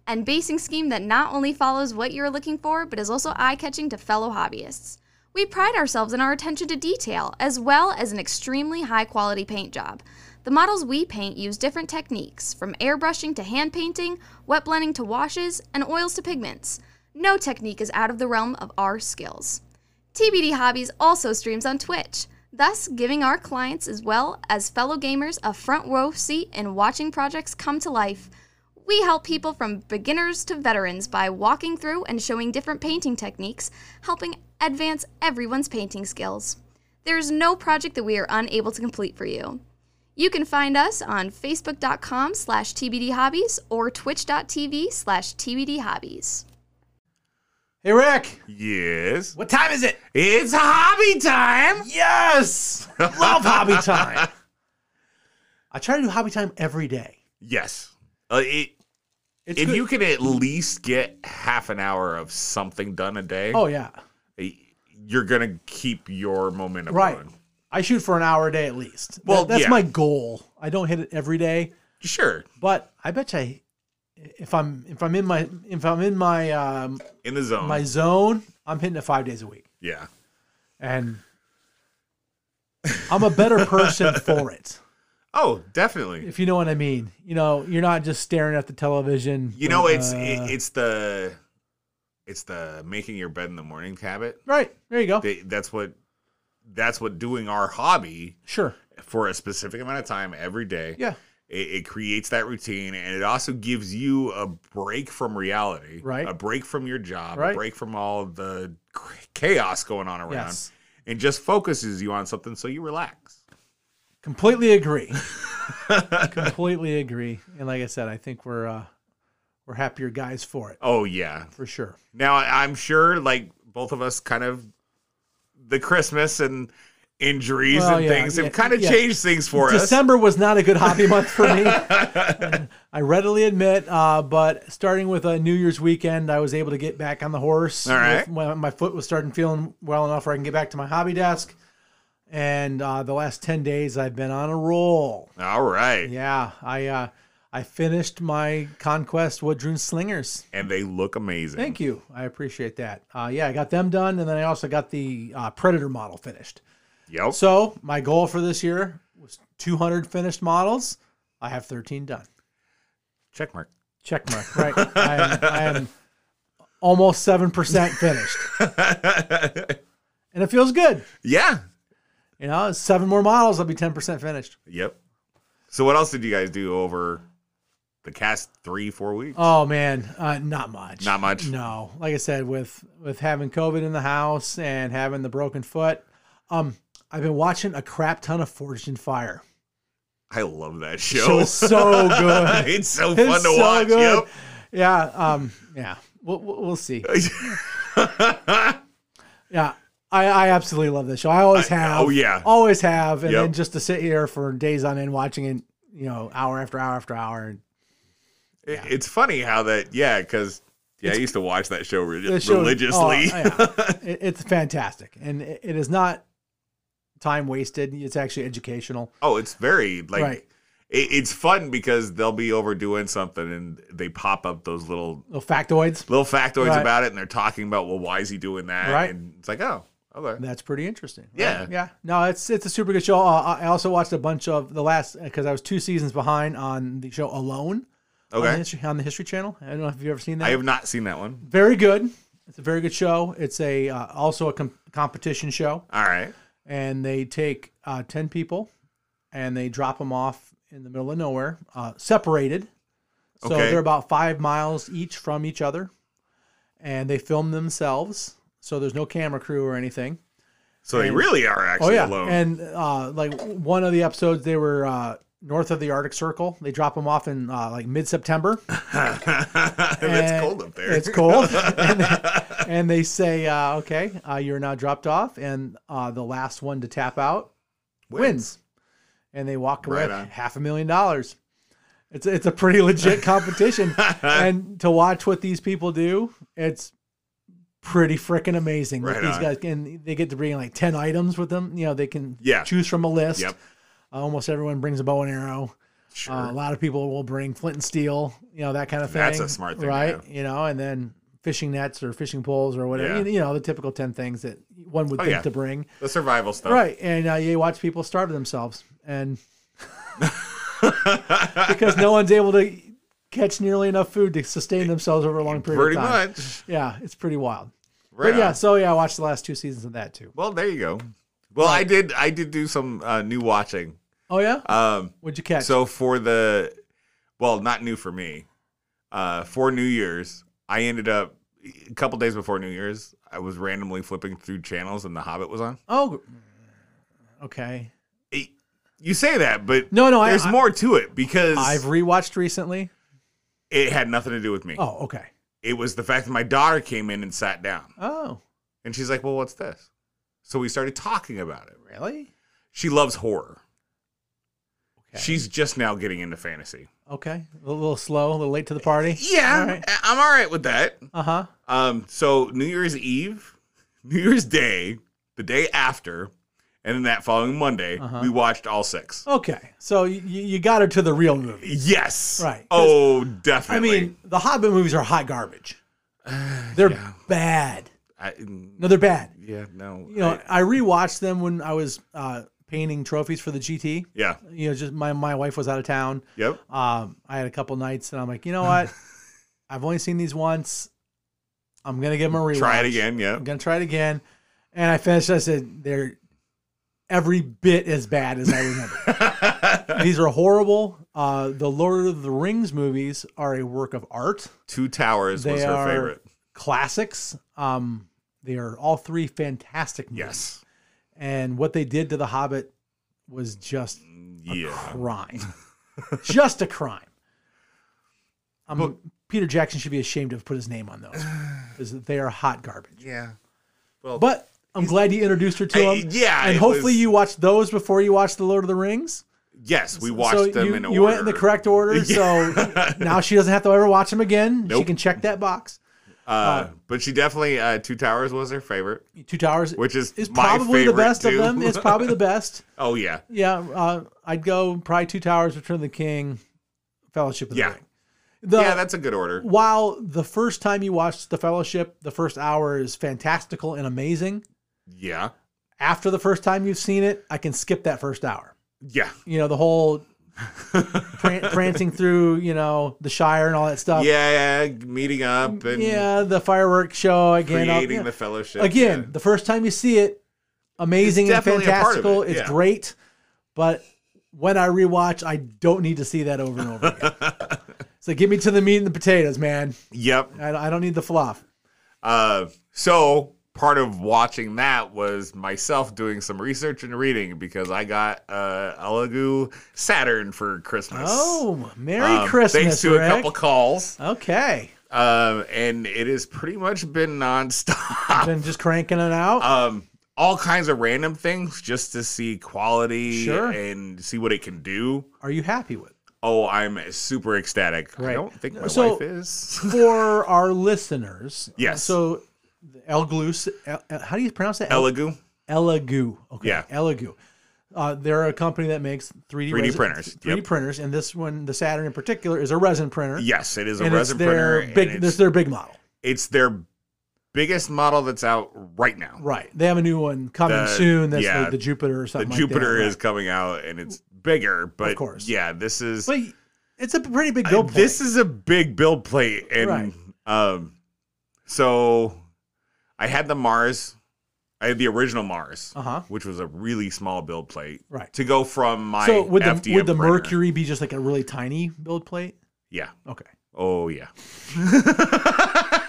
S4: and basing scheme that not only follows what you're looking for, but is also eye catching to fellow hobbyists. We pride ourselves in our attention to detail, as well as an extremely high quality paint job. The models we paint use different techniques, from airbrushing to hand painting, wet blending to washes, and oils to pigments. No technique is out of the realm of our skills. TBD Hobbies also streams on Twitch, thus giving our clients as well as fellow gamers a front row seat in watching projects come to life. We help people from beginners to veterans by walking through and showing different painting techniques, helping advance everyone's painting skills. There is no project that we are unable to complete for you. You can find us on facebook.com slash tbdhobbies or twitch.tv slash tbdhobbies.
S2: Hey, Rick.
S3: Yes.
S2: What time is it?
S3: It's hobby time.
S2: Yes. Love hobby time. I try to do hobby time every day.
S3: Yes. Uh, it,
S2: It's
S3: if
S2: good.
S3: you can at least get half an hour of something done a day,
S2: Oh, yeah.
S3: you're gonna keep your momentum
S2: Right.
S3: going.
S2: I shoot for an hour a day at least. That-
S3: Well,
S2: that's
S3: yeah.
S2: my goal. I don't hit it every day,
S3: Sure.
S2: but I bet you I, if I'm if I'm in my if I'm in my um,
S3: In the zone.
S2: my zone, I'm hitting it 5 days a week.
S3: yeah.
S2: And I'm a better person for it.
S3: Oh, definitely.
S2: if you know what I mean. You know, you're not just staring at the television.
S3: You know, it's
S2: uh,
S3: it, it's the it's the making your bed in the morning habit.
S2: right there. You go.
S3: They, that's what that's what doing our hobby
S2: sure.
S3: for a specific amount of time every day.
S2: Yeah.
S3: It, it creates that routine, and it also gives you a break from reality,
S2: Right.
S3: A break from your job,
S2: Right.
S3: a break from all the chaos going on around,
S2: Yes.
S3: and just focuses you on something so you relax.
S2: Completely agree. Completely agree. And like I said, I think we're uh, we're happier guys for it
S3: Oh yeah,
S2: for sure.
S3: Now I- I'm sure, like both of us, kind of the Christmas and injuries
S2: Well,
S3: and
S2: yeah,
S3: things
S2: yeah,
S3: have kind of
S2: yeah.
S3: changed things for us.
S2: December was not a good hobby month for me. I readily admit, uh, but starting with a New Year's weekend, I was able to get back on the horse.
S3: All right.
S2: With- My, my foot was starting feeling well enough where I can get back to my hobby desk. And uh, the last 10 days, I've been on a roll.
S3: All right,
S2: Yeah, I uh, I finished my conquest Woodrune Slingers.
S3: and they look amazing.
S2: Thank you, I appreciate that. Uh, yeah, I got them done, and then I also got the uh, Predator model finished.
S3: Yep.
S2: So my goal for this year was 200 finished models. I have 13 done.
S3: Check mark.
S2: Check mark. Right, I am, I am almost seven percent finished, and it feels good.
S3: Yeah.
S2: You know, seven more models, I'll be 10 percent finished.
S3: Yep. So what else did you guys do over the cast three four weeks?
S2: Oh man, uh, not much.
S3: Not much?
S2: No, like I said, with with having COVID in the house and having the broken foot, um, I've been watching a crap ton of Forged in Fire.
S3: I love that
S2: It
S3: show.
S2: was so good.
S3: it's so
S2: It's
S3: fun to
S2: so
S3: watch.
S2: good. Yeah. Um. Yeah. We'll we'll we'll see.
S3: Yep.
S2: Yeah. I, I absolutely love this show. I always
S3: I-
S2: have.
S3: oh, yeah.
S2: always have. And
S3: Yep.
S2: then just to sit here for days on end watching it, you know, hour after hour after hour.
S3: It- It's funny how that, yeah, because yeah, I used to watch that show, re-
S2: The show-
S3: religiously.
S2: oh, yeah. It- it's fantastic, and it, it is not time wasted. It's actually educational.
S3: Oh, it's very like
S2: Right.
S3: it, it's fun because they'll be over doing something and they pop up those little
S2: Little factoids.
S3: little factoids
S2: Right.
S3: about it and they're talking about well why is he doing that
S2: Right.
S3: and it's like oh okay
S2: That's pretty interesting. right?
S3: Yeah.
S2: yeah. No, it's it's a super good show. Uh, I also watched a bunch of the last because I was two seasons behind on the show Alone. On the
S3: okay
S2: History, on the History Channel. I don't know if you've ever seen that.
S3: I have not seen that one
S2: very good. It's a very good show. It's a uh, also a com- competition show,
S3: all right
S2: and they take uh, ten people, and they drop them off in the middle of nowhere, uh, separated. So
S3: Okay.
S2: they're about five miles each from each other, and they film themselves. So there's no camera crew or anything. Oh,
S3: so they really are actually alone
S2: And uh, like one of the episodes, they were uh, north of the Arctic Circle. They drop them off in uh, like mid September.
S3: it's cold up there
S2: It's cold. and, they, and they say, uh, okay, uh, you're now dropped off. And uh, the last one to tap out wins. And they walk away
S3: Right
S2: with
S3: on.
S2: half a million dollars. It's, it's a pretty legit competition. and to watch what these people do, it's pretty freaking amazing. Like,
S3: Right
S2: these
S3: on.
S2: guys and they get to bring like 10 items with them. You know, they can
S3: Yeah.
S2: choose from a list.
S3: Yep.
S2: Uh, almost everyone brings a bow and arrow.
S3: sure
S2: Uh, a lot of people will bring flint and steel, you know, that kind of thing.
S3: That's a smart thing to
S2: right?
S3: do.
S2: You know, and then fishing nets or fishing poles or whatever.
S3: Yeah.
S2: You, you know, the typical ten things that one would
S3: Oh,
S2: think
S3: yeah.
S2: to bring.
S3: the survival stuff
S2: Right, and uh, you watch people starve themselves, and because no one's able to catch nearly enough food to sustain themselves over a long period
S3: pretty
S2: of time.
S3: much
S2: Yeah, it's pretty wild.
S3: right
S2: but yeah,
S3: on.
S2: so yeah, I watched the last two seasons of that too.
S3: well there you go well I did I did do some uh, new watching
S2: Oh yeah,
S3: um
S2: what'd you catch?
S3: So for the, well, not new for me. Uh, for New Year's, I ended up a couple days before New Year's. I was randomly flipping through channels, and The Hobbit was on.
S2: oh, okay.
S3: It- you say that, but
S2: No, no, I-
S3: there's
S2: I-
S3: more to it because
S2: I've rewatched recently.
S3: it had nothing to do with me.
S2: Oh, okay.
S3: It was the fact that my daughter came in and sat down,
S2: Oh,
S3: and she's like, "Well, what's this?" So we started talking about it.
S2: really?
S3: She loves horror.
S2: Okay.
S3: She's just now getting into fantasy.
S2: Okay, a little slow, a little late to the party.
S3: Yeah,
S2: All right.
S3: I- I'm all right with that.
S2: Uh huh.
S3: Um, so New Year's Eve, New Year's Day, the day after, and then that following Monday,
S2: Uh-huh.
S3: we watched all six.
S2: Okay, so you, you got her to the real movie.
S3: Yes.
S2: Right.
S3: Oh,
S2: I
S3: definitely.
S2: mean, the Hobbit movies are hot garbage.
S3: Uh,
S2: They're bad.
S3: I,
S2: No, they're bad.
S3: yeah, no.
S2: You know,
S3: I-
S2: I, rewatched them when I was uh, painting trophies for the GT.
S3: yeah.
S2: You know, just my my wife was out of town.
S3: Yep.
S2: Um, I had a couple nights, and I'm like, you know what? I've only seen these once. I'm gonna give them a rewatch.
S3: Try it again.
S2: I'm
S3: Yep.
S2: gonna try it again. And I finished. I said, they're every bit as bad as I remember. These are horrible. Uh, the Lord of the Rings movies are a work of art.
S3: Two Towers was
S2: They
S3: her
S2: are-
S3: favorite.
S2: Classics. Um, they are all three fantastic movies.
S3: Yes.
S2: And what they did to The Hobbit was just
S3: Mm. Yeah.
S2: crime. just a crime. Um, Peter Jackson should be ashamed to have put his name on those because they are hot garbage.
S3: Yeah.
S2: But I'm glad you introduced her to
S3: I-
S2: them.
S3: yeah,
S2: And
S3: it
S2: hopefully
S3: was-
S2: you watched those before you watched The Lord of the Rings.
S3: Yes, we watched
S2: so
S3: them
S2: you,
S3: in order.
S2: you went in the correct order, so now she doesn't have to ever watch them again. She
S3: Nope.
S2: can check that box.
S3: Uh, but she definitely uh, Two Towers was her favorite,
S2: Two Towers,
S3: which is
S2: is
S3: my
S2: probably the
S3: favorite,
S2: best
S3: too.
S2: of them. It's probably the best.
S3: oh yeah,
S2: Yeah, uh, I'd go probably Two Towers, Return of the King, Fellowship of the
S3: Yeah.
S2: Ring. The,
S3: yeah. That's a good order.
S2: while the first time you watch the Fellowship, the first hour is fantastical and amazing.
S3: Yeah.
S2: After the first time you've seen it, I can skip that first hour.
S3: Yeah.
S2: You know the whole. pran- prancing through, you know, the Shire and all that stuff.
S3: yeah, meeting up and
S2: Uh, Mm, yeah, the fireworks show again. I'll-
S3: creating
S2: yeah.
S3: the fellowship
S2: again,
S3: Yeah.
S2: the first time you see it, amazing
S3: It's
S2: and
S3: definitely a part of
S2: fantastical.
S3: it,
S2: It's
S3: yeah.
S2: great, but when I rewatch, I don't need to see that over and over again. so give me to the meat and the potatoes, man.
S3: Yep.
S2: I, I don't need the fluff.
S3: Uh, so part of watching that was myself doing some research and reading because I got uh, a Lego Saturn for Christmas.
S2: Oh, Merry
S3: Um,
S2: Christmas,
S3: Thanks to
S2: Rick.
S3: a couple calls,
S2: Okay,
S3: um, and it has pretty much been nonstop.
S2: been just cranking it out.
S3: Um, all kinds of random things just to see quality
S2: Sure.
S3: and see what it can do.
S2: Are you happy with? it?
S3: Oh, I'm super ecstatic. I
S2: Right.
S3: don't think my
S2: So-
S3: wife is.
S2: For our listeners,
S3: Yes.
S2: So Elglus, El, El- how do you pronounce that? El-
S3: Elegoo.
S2: Elegoo. Okay.
S3: Yeah.
S2: Elegoo. Uh, they're a company that makes 3D,
S3: 3D printers,
S2: 3D
S3: yep.
S2: printers, and this one, the Saturn in particular, is a resin printer.
S3: Yes, it is a
S2: and
S3: resin
S2: it's their
S3: printer.
S2: big.
S3: and
S2: This is
S3: it's,
S2: their big model,
S3: it's their biggest model that's out right now.
S2: right? They have a new one coming
S3: The-
S2: soon. That's
S3: yeah,
S2: like the Jupiter or
S3: The
S2: something. like that,
S3: Jupiter
S2: right.
S3: is coming out and it's bigger, but
S2: course.
S3: yeah, this is
S2: But it's a pretty big
S3: I-
S2: build. point.
S3: this is a big build plate, and
S2: Right.
S3: um, so I had the Mars, I had the original Mars,
S2: Uh-huh.
S3: which was a really small build plate,
S2: Right.
S3: To go from my
S2: so would the
S3: FDM
S2: would the
S3: printer.
S2: Mercury be just like a really tiny build plate?
S3: yeah,
S2: Okay.
S3: oh yeah,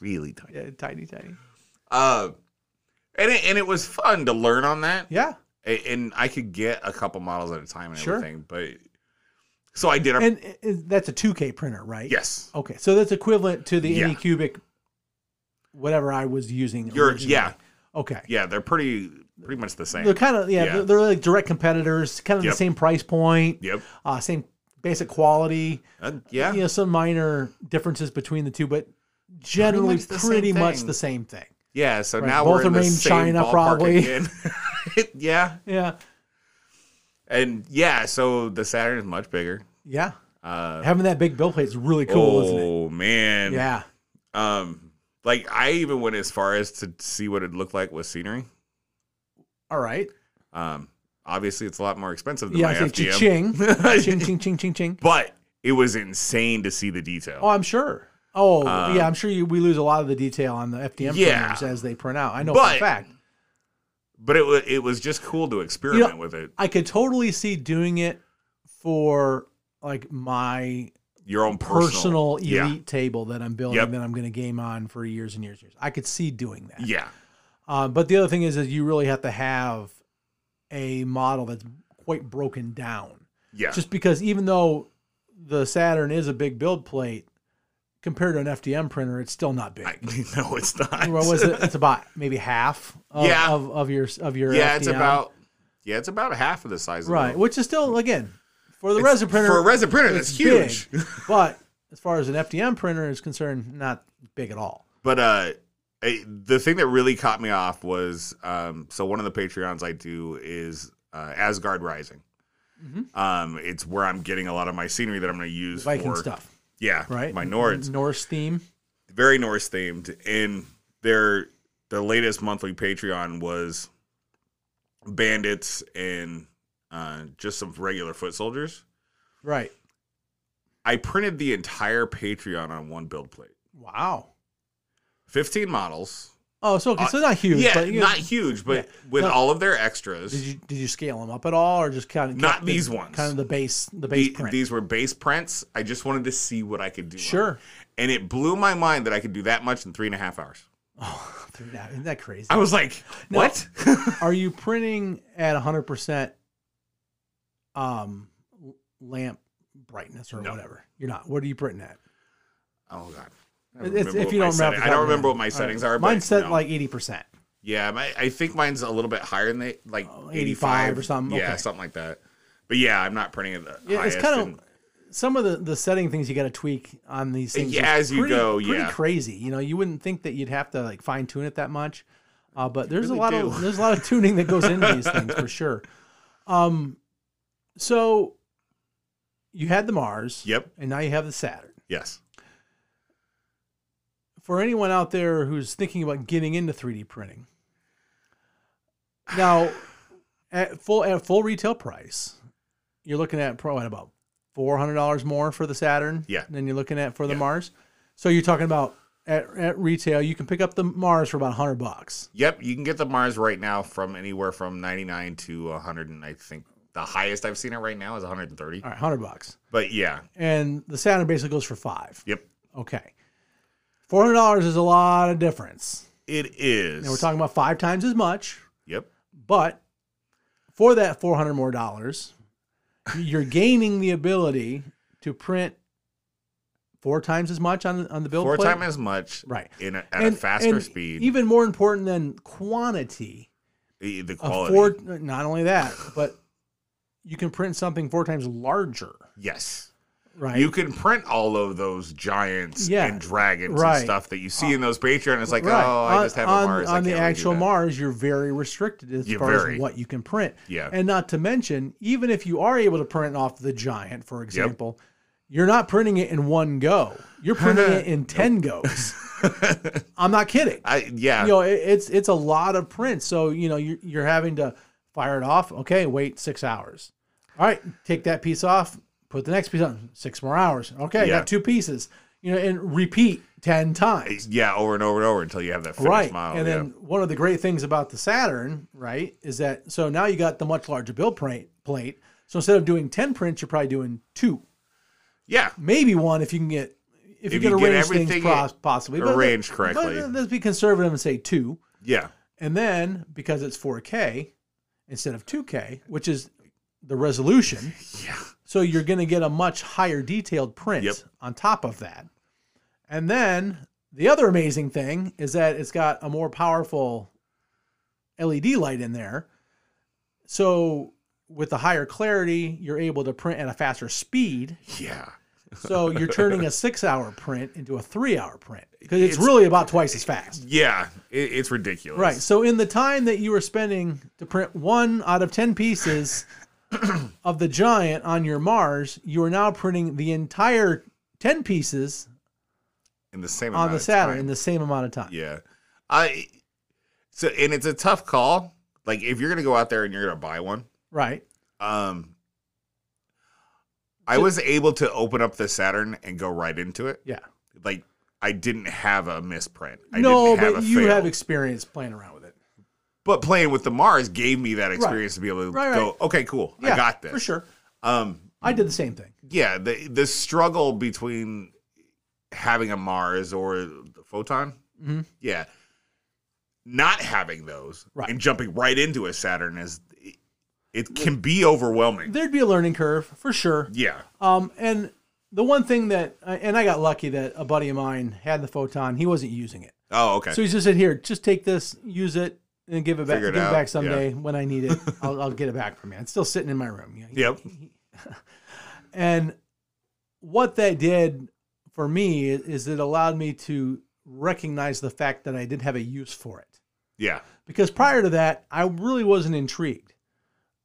S3: really tiny.
S2: Yeah, tiny, tiny.
S3: Uh, and it, and it was fun to learn on that.
S2: Yeah.
S3: A- and I could get a couple models at a time and
S2: Sure.
S3: everything. But so I did a
S2: And i- is- that's a 2K printer, right?
S3: yes.
S2: Okay. So that's equivalent to the
S3: Yeah.
S2: Anycubic whatever I was using.
S3: You're
S2: originally.
S3: yeah
S2: Okay.
S3: yeah they're pretty pretty much the same.
S2: They're kind of yeah,
S3: Yeah.
S2: They're, they're like direct competitors, kind of
S3: Yep.
S2: the same price point,
S3: Yep.
S2: uh, same basic quality.
S3: Uh, yeah.
S2: You know, some minor differences between the two, but generally
S3: much the same
S2: pretty much
S3: thing.
S2: the same thing.
S3: Yeah. So
S2: Right,
S3: now
S2: both
S3: we're in
S2: are
S3: the
S2: made in
S3: same
S2: China,
S3: ballpark
S2: probably.
S3: again. yeah.
S2: Yeah.
S3: And yeah. So the Saturn is much bigger.
S2: Yeah.
S3: Uh,
S2: Having that big bill plate is really cool,
S3: oh
S2: isn't it?
S3: man.
S2: Yeah.
S3: Um. Like I even went as far as to see what it looked like with scenery.
S2: All right.
S3: Um. Obviously, it's a lot more expensive than
S2: Yeah,
S3: my
S2: I say
S3: FDM.
S2: ching, ching, ching, ching, ching, ching.
S3: but it was insane to see the detail.
S2: Oh, I'm sure. Oh,
S3: Um,
S2: yeah, I'm sure you, we lose a lot of the detail on the FDM
S3: Yeah.
S2: printers as they print out. I know for
S3: But-
S2: a fact.
S3: but it was it was just cool to experiment
S2: know-
S3: with it.
S2: I could totally see doing it for like my
S3: Your own
S2: personal,
S3: personal,
S2: elite table that I'm building
S3: Yep.
S2: that I'm going to game on for years and years and years. I could see doing that.
S3: Yeah, yeah,
S2: Uh, but the other thing is, is you really have to have a model that's quite broken down.
S3: yeah.
S2: just because even though the Saturn is a big build plate compared to an FDM printer, it's still not big.
S3: I, no, it's not.
S2: what was it? It's about maybe half of,
S3: Yeah.
S2: of, of your of your
S3: yeah, it's
S2: FDM.
S3: about yeah, it's about half of the size.
S2: right,
S3: of the,
S2: which is still again for the
S3: It's-
S2: resin printer
S3: for a resin printer.
S2: it's
S3: That's huge.
S2: big, but as far as an FDM printer is concerned, not big at all.
S3: But uh, I, the thing that really caught me off was um, so one of the Patreons I do is uh, Asgard Rising. Um, it's where I'm getting a lot of my scenery that I'm going to use
S2: Mm-hmm. Viking
S3: for
S2: stuff,
S3: Yeah,
S2: right? Mm-hmm.
S3: My Nords.
S2: Norse theme.
S3: very Norse themed, and their their latest monthly Patreon was bandits and uh, just some regular foot soldiers.
S2: Right.
S3: I printed the entire Patreon on one build plate,
S2: Wow.
S3: fifteen models.
S2: Oh, so okay,
S3: Uh,
S2: so not huge.
S3: yeah,
S2: but you-
S3: not huge, but with
S2: No.
S3: all of their
S2: Did
S3: extras.
S2: you did you scale them up at all, or just kind of
S3: Not
S2: kept
S3: these
S2: the,
S3: ones.
S2: Kind of the base the base
S3: the-
S2: print.
S3: these were base prints. I just wanted to see what I could do. on
S2: Sure.
S3: it. And it blew my mind that I could do that much in three and a half hours.
S2: Oh, dude, that- isn't that crazy?
S3: I was like,
S2: No.
S3: what?
S2: Are you printing at 100% um l- lamp brightness or
S3: No.
S2: whatever? You're not. What are you printing at?
S3: oh, God. I
S2: It's-
S3: remember
S2: if
S3: what
S2: you
S3: my
S2: don't remember,
S3: setting- I don't remember what my settings are. but
S2: Mine's set
S3: no.
S2: like 80%.
S3: Yeah, my, I think mine's a little bit higher than they like
S2: Oh,
S3: 85
S2: 85 or something,
S3: Yeah,
S2: okay.
S3: something like that. But yeah, I'm not printing it the
S2: Yeah, it's
S3: highest.
S2: kind
S3: and-
S2: of some of the, the setting things you got to tweak on these things.
S3: Yeah,
S2: is
S3: as you
S2: pretty-
S3: go,
S2: pretty
S3: yeah.
S2: crazy. You know, you wouldn't think that you'd have to like fine tune it that much, uh, but there's
S3: really
S2: a lot
S3: do.
S2: of there's a lot of tuning that goes into these things for sure. Um, so you had the Mars,
S3: Yep.
S2: and now you have the Saturn.
S3: Yes.
S2: for anyone out there who's thinking about getting into 3D printing, now at full at full retail price, you're looking at probably about four hundred dollars more for the Saturn.
S3: Yeah.
S2: Than you're looking at for the
S3: Yeah.
S2: Mars. So you're talking about at, at retail, you can pick up the Mars for about hundred bucks.
S3: Yep. You can get the Mars right now from anywhere from 99 to 100, and I think the highest I've seen it right now is 130.
S2: All right, hundred bucks,
S3: But yeah.
S2: and the Saturn basically goes for five.
S3: Yep.
S2: Okay, four hundred dollars is a lot of difference.
S3: It is.
S2: Now we're talking about five times as much.
S3: Yep.
S2: But for that 400 more dollars, you're gaining the ability to print four times as much on on the bill.
S3: Four
S2: plate?
S3: time as much
S2: right
S3: in a, at a
S2: And-
S3: faster
S2: and
S3: speed.
S2: Even more important than quantity,
S3: e- the
S2: a
S3: quality.
S2: four. Not only that, but you can print something four times larger,
S3: yes.
S2: right?
S3: You can print all of those giants
S2: Yeah,
S3: and dragons
S2: right. Uh,
S3: and stuff that you see in those Patreon. It's like,
S2: Right.
S3: oh, I
S2: On-
S3: just have a
S2: on,
S3: Mars. I
S2: on the
S3: can't really do
S2: actual
S3: that.
S2: Mars, you're very restricted as
S3: You're
S2: far
S3: very.
S2: as what you can print.
S3: Yeah.
S2: And not to mention, even if you are able to print off the giant, for example, you're not printing it in one go. You're printing it in ten goes. I'm not kidding.
S3: I, yeah.
S2: You know, it, it's it's a lot of prints. So you know, you're, you're having to fire it off. Okay, wait six hours. All right, take that piece off. Put the next piece on. Six more hours. Okay,
S3: Yeah.
S2: got two pieces. You know, and repeat ten times.
S3: yeah, over and over and over until you have that finished
S2: right
S3: model.
S2: and
S3: yeah.
S2: then one of the great things about the saturn right is that so now you got the much larger bill print plate so instead of doing 10 prints you're probably doing two
S3: yeah.
S2: maybe one if you can get if, you
S3: If
S2: can
S3: you get
S2: arrange things
S3: everything
S2: pos- possibly but-
S3: arranged
S2: but,
S3: correctly.
S2: but let's be conservative and say two
S3: Yeah.
S2: and then because it's 4k instead of 2k which is the resolution
S3: Yeah.
S2: so you're going to get a much higher detailed print
S3: Yep.
S2: on top of that. And then the other amazing thing is that it's got a more powerful LED light in there. So with the higher clarity, you're able to print at a faster speed.
S3: Yeah.
S2: So you're turning a six hour print into a three hour print because it's
S3: It's-
S2: really about twice as fast.
S3: Yeah. It, it's ridiculous.
S2: Right. So in the time that you were spending to print one out of ten pieces of the giant on your Mars, you are now printing the entire ten pieces
S3: In the same
S2: on
S3: amount
S2: the
S3: of
S2: Saturn
S3: time.
S2: in the same amount of time.
S3: Yeah. I so and it's a tough call. Like if you're gonna go out there and you're gonna buy one,
S2: Right.
S3: um I was able to open up the Saturn and go right into it.
S2: Yeah.
S3: Like I didn't have a misprint. I
S2: no,
S3: didn't have
S2: but
S3: a
S2: you
S3: fail.
S2: have experience playing around with it.
S3: but playing with the Mars gave me that experience to be able to
S2: Right,
S3: go, okay, cool.
S2: Yeah,
S3: I got this.
S2: for sure.
S3: Um
S2: I did the same thing.
S3: yeah, the the struggle between having a Mars or the photon,
S2: Mhm.
S3: yeah, not having those
S2: Right.
S3: and jumping right into a Saturn is it can be overwhelming.
S2: There'd be a learning curve for sure.
S3: Yeah,
S2: Um, and the one thing that, and I got lucky that a buddy of mine had the photon. He wasn't using it.
S3: Oh, okay.
S2: So he just said, "Here, just take this, use it, and give it back.
S3: Figure it
S2: give
S3: out,
S2: it back someday when I need it. I'll, I'll get it back from you." It's still sitting in my room. you know.
S3: Yep.
S2: And what that did for me is it allowed me to recognize the fact that I did have a use for it.
S3: Yeah.
S2: Because prior to that, I really wasn't intrigued.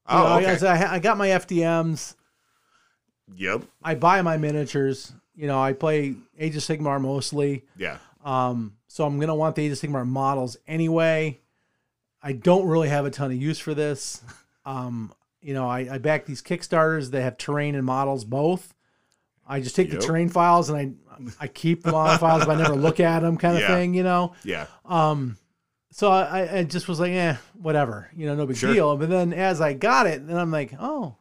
S2: You know,
S3: Oh,
S2: I-
S3: okay.
S2: I, I got my FDMs.
S3: Yep.
S2: I buy my miniatures. You know, I play Age of Sigmar mostly.
S3: Yeah.
S2: Um, so I'm gonna want the Age of Sigmar models anyway. I don't really have a ton of use for this. Um, you know, I, I back these Kickstarters that have terrain and models both. I just take
S3: Yep.
S2: the terrain files and I I keep the model files, but I never look at them, kind of
S3: Yeah.
S2: thing. You know.
S3: Yeah.
S2: Um, so I, I just was like, eh, whatever. You know, no big
S3: Sure.
S2: deal. But then as I got it, then I'm like, oh,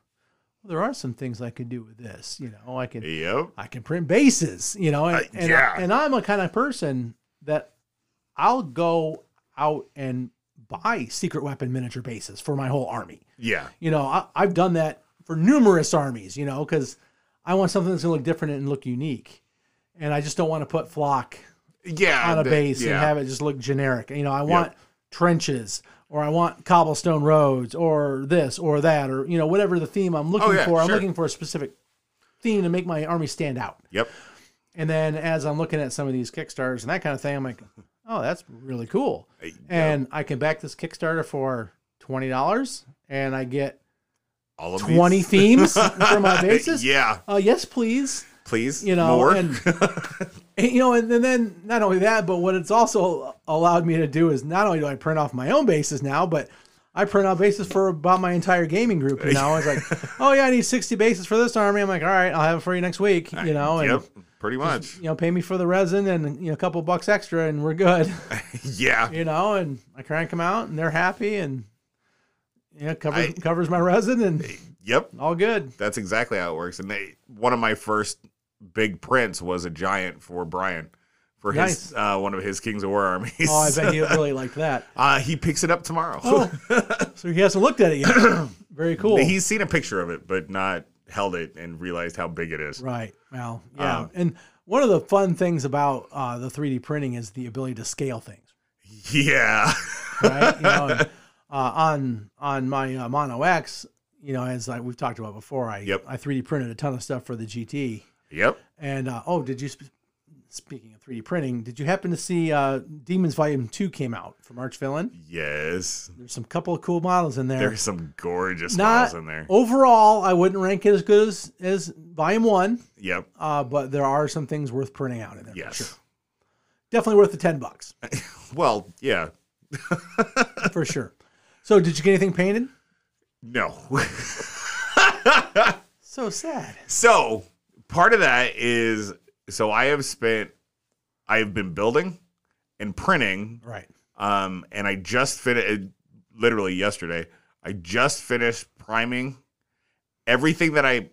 S2: there are some things I could do with this. You know, I can
S3: Yep.
S2: I can print bases, you know, and,
S3: Uh,
S2: and,
S3: yeah.
S2: and I'm a kind of person that I'll go out and buy secret weapon miniature bases for my whole army.
S3: Yeah.
S2: You know, I, I've done that for numerous armies, you know, because I want something that's going to look different and look unique. And I just don't want to put flock
S3: Yeah.
S2: on a
S3: the-
S2: base and
S3: yeah.
S2: have it just look generic. You know, I want trenches or I want cobblestone roads or this or that or, you know, whatever the theme I'm looking
S3: Oh, yeah,
S2: for. I'm
S3: sure.
S2: looking for a specific theme to make my army stand out.
S3: Yep.
S2: And then as I'm looking at some of these Kickstarters and that kind of thing, I'm like, oh, that's really cool. And I can back this Kickstarter for twenty dollars, and I get
S3: All of these-
S2: twenty themes for my basis.
S3: Yeah.
S2: Uh, yes, please.
S3: Please.
S2: You know,
S3: More.
S2: and and, you know, and, and then not only that, but what it's also allowed me to do is not only do I print off my own bases now, but I print out bases for about my entire gaming group. You know, it's like, oh yeah, I need sixty bases for this army. I'm like, all right, I'll have it for you next week. You know, and
S3: yep. Pretty much.
S2: you know, pay me for the resin and you know, a couple bucks extra, and we're good.
S3: Yeah.
S2: You know, and I crank them out, and they're happy, and you know, covers
S3: I-
S2: covers my resin, and
S3: Yep.
S2: all good.
S3: That's exactly how it works. And they one of my first big prints was a giant for Brian for
S2: Nice.
S3: his uh, one of his Kings of War armies.
S2: Oh, I bet you really liked that.
S3: uh, he picks it up tomorrow.
S2: Oh, so he hasn't looked at it yet. Very cool.
S3: He's seen a picture of it, but not held it and realized how big it is.
S2: right. Well, yeah,
S3: Um,
S2: and One of the fun things about uh, the 3D printing is the ability to scale things.
S3: Yeah.
S2: right? You know, and, uh, on on my uh, Mono X, you know, as I, we've talked about before, I
S3: Yep.
S2: I 3D printed a ton of stuff for the GT.
S3: Yep.
S2: And uh, oh, did you sp- speaking of 3D printing, did you happen to see uh, Demons Volume Two came out from Arch Villain?
S3: Yes.
S2: There's some couple of cool models in there.
S3: There's some gorgeous
S2: Not-
S3: models in there.
S2: Overall, I wouldn't rank it as good as as Volume One,
S3: Yep.
S2: uh, but there are some things worth printing out in there. for
S3: Yes.
S2: sure. definitely worth the ten bucks
S3: Well, yeah.
S2: for sure. So, did you get anything painted?
S3: No.
S2: So sad.
S3: so part of that is so I have spent I've been building and printing
S2: Right.
S3: Um, and I just finished literally yesterday. I just finished priming everything that I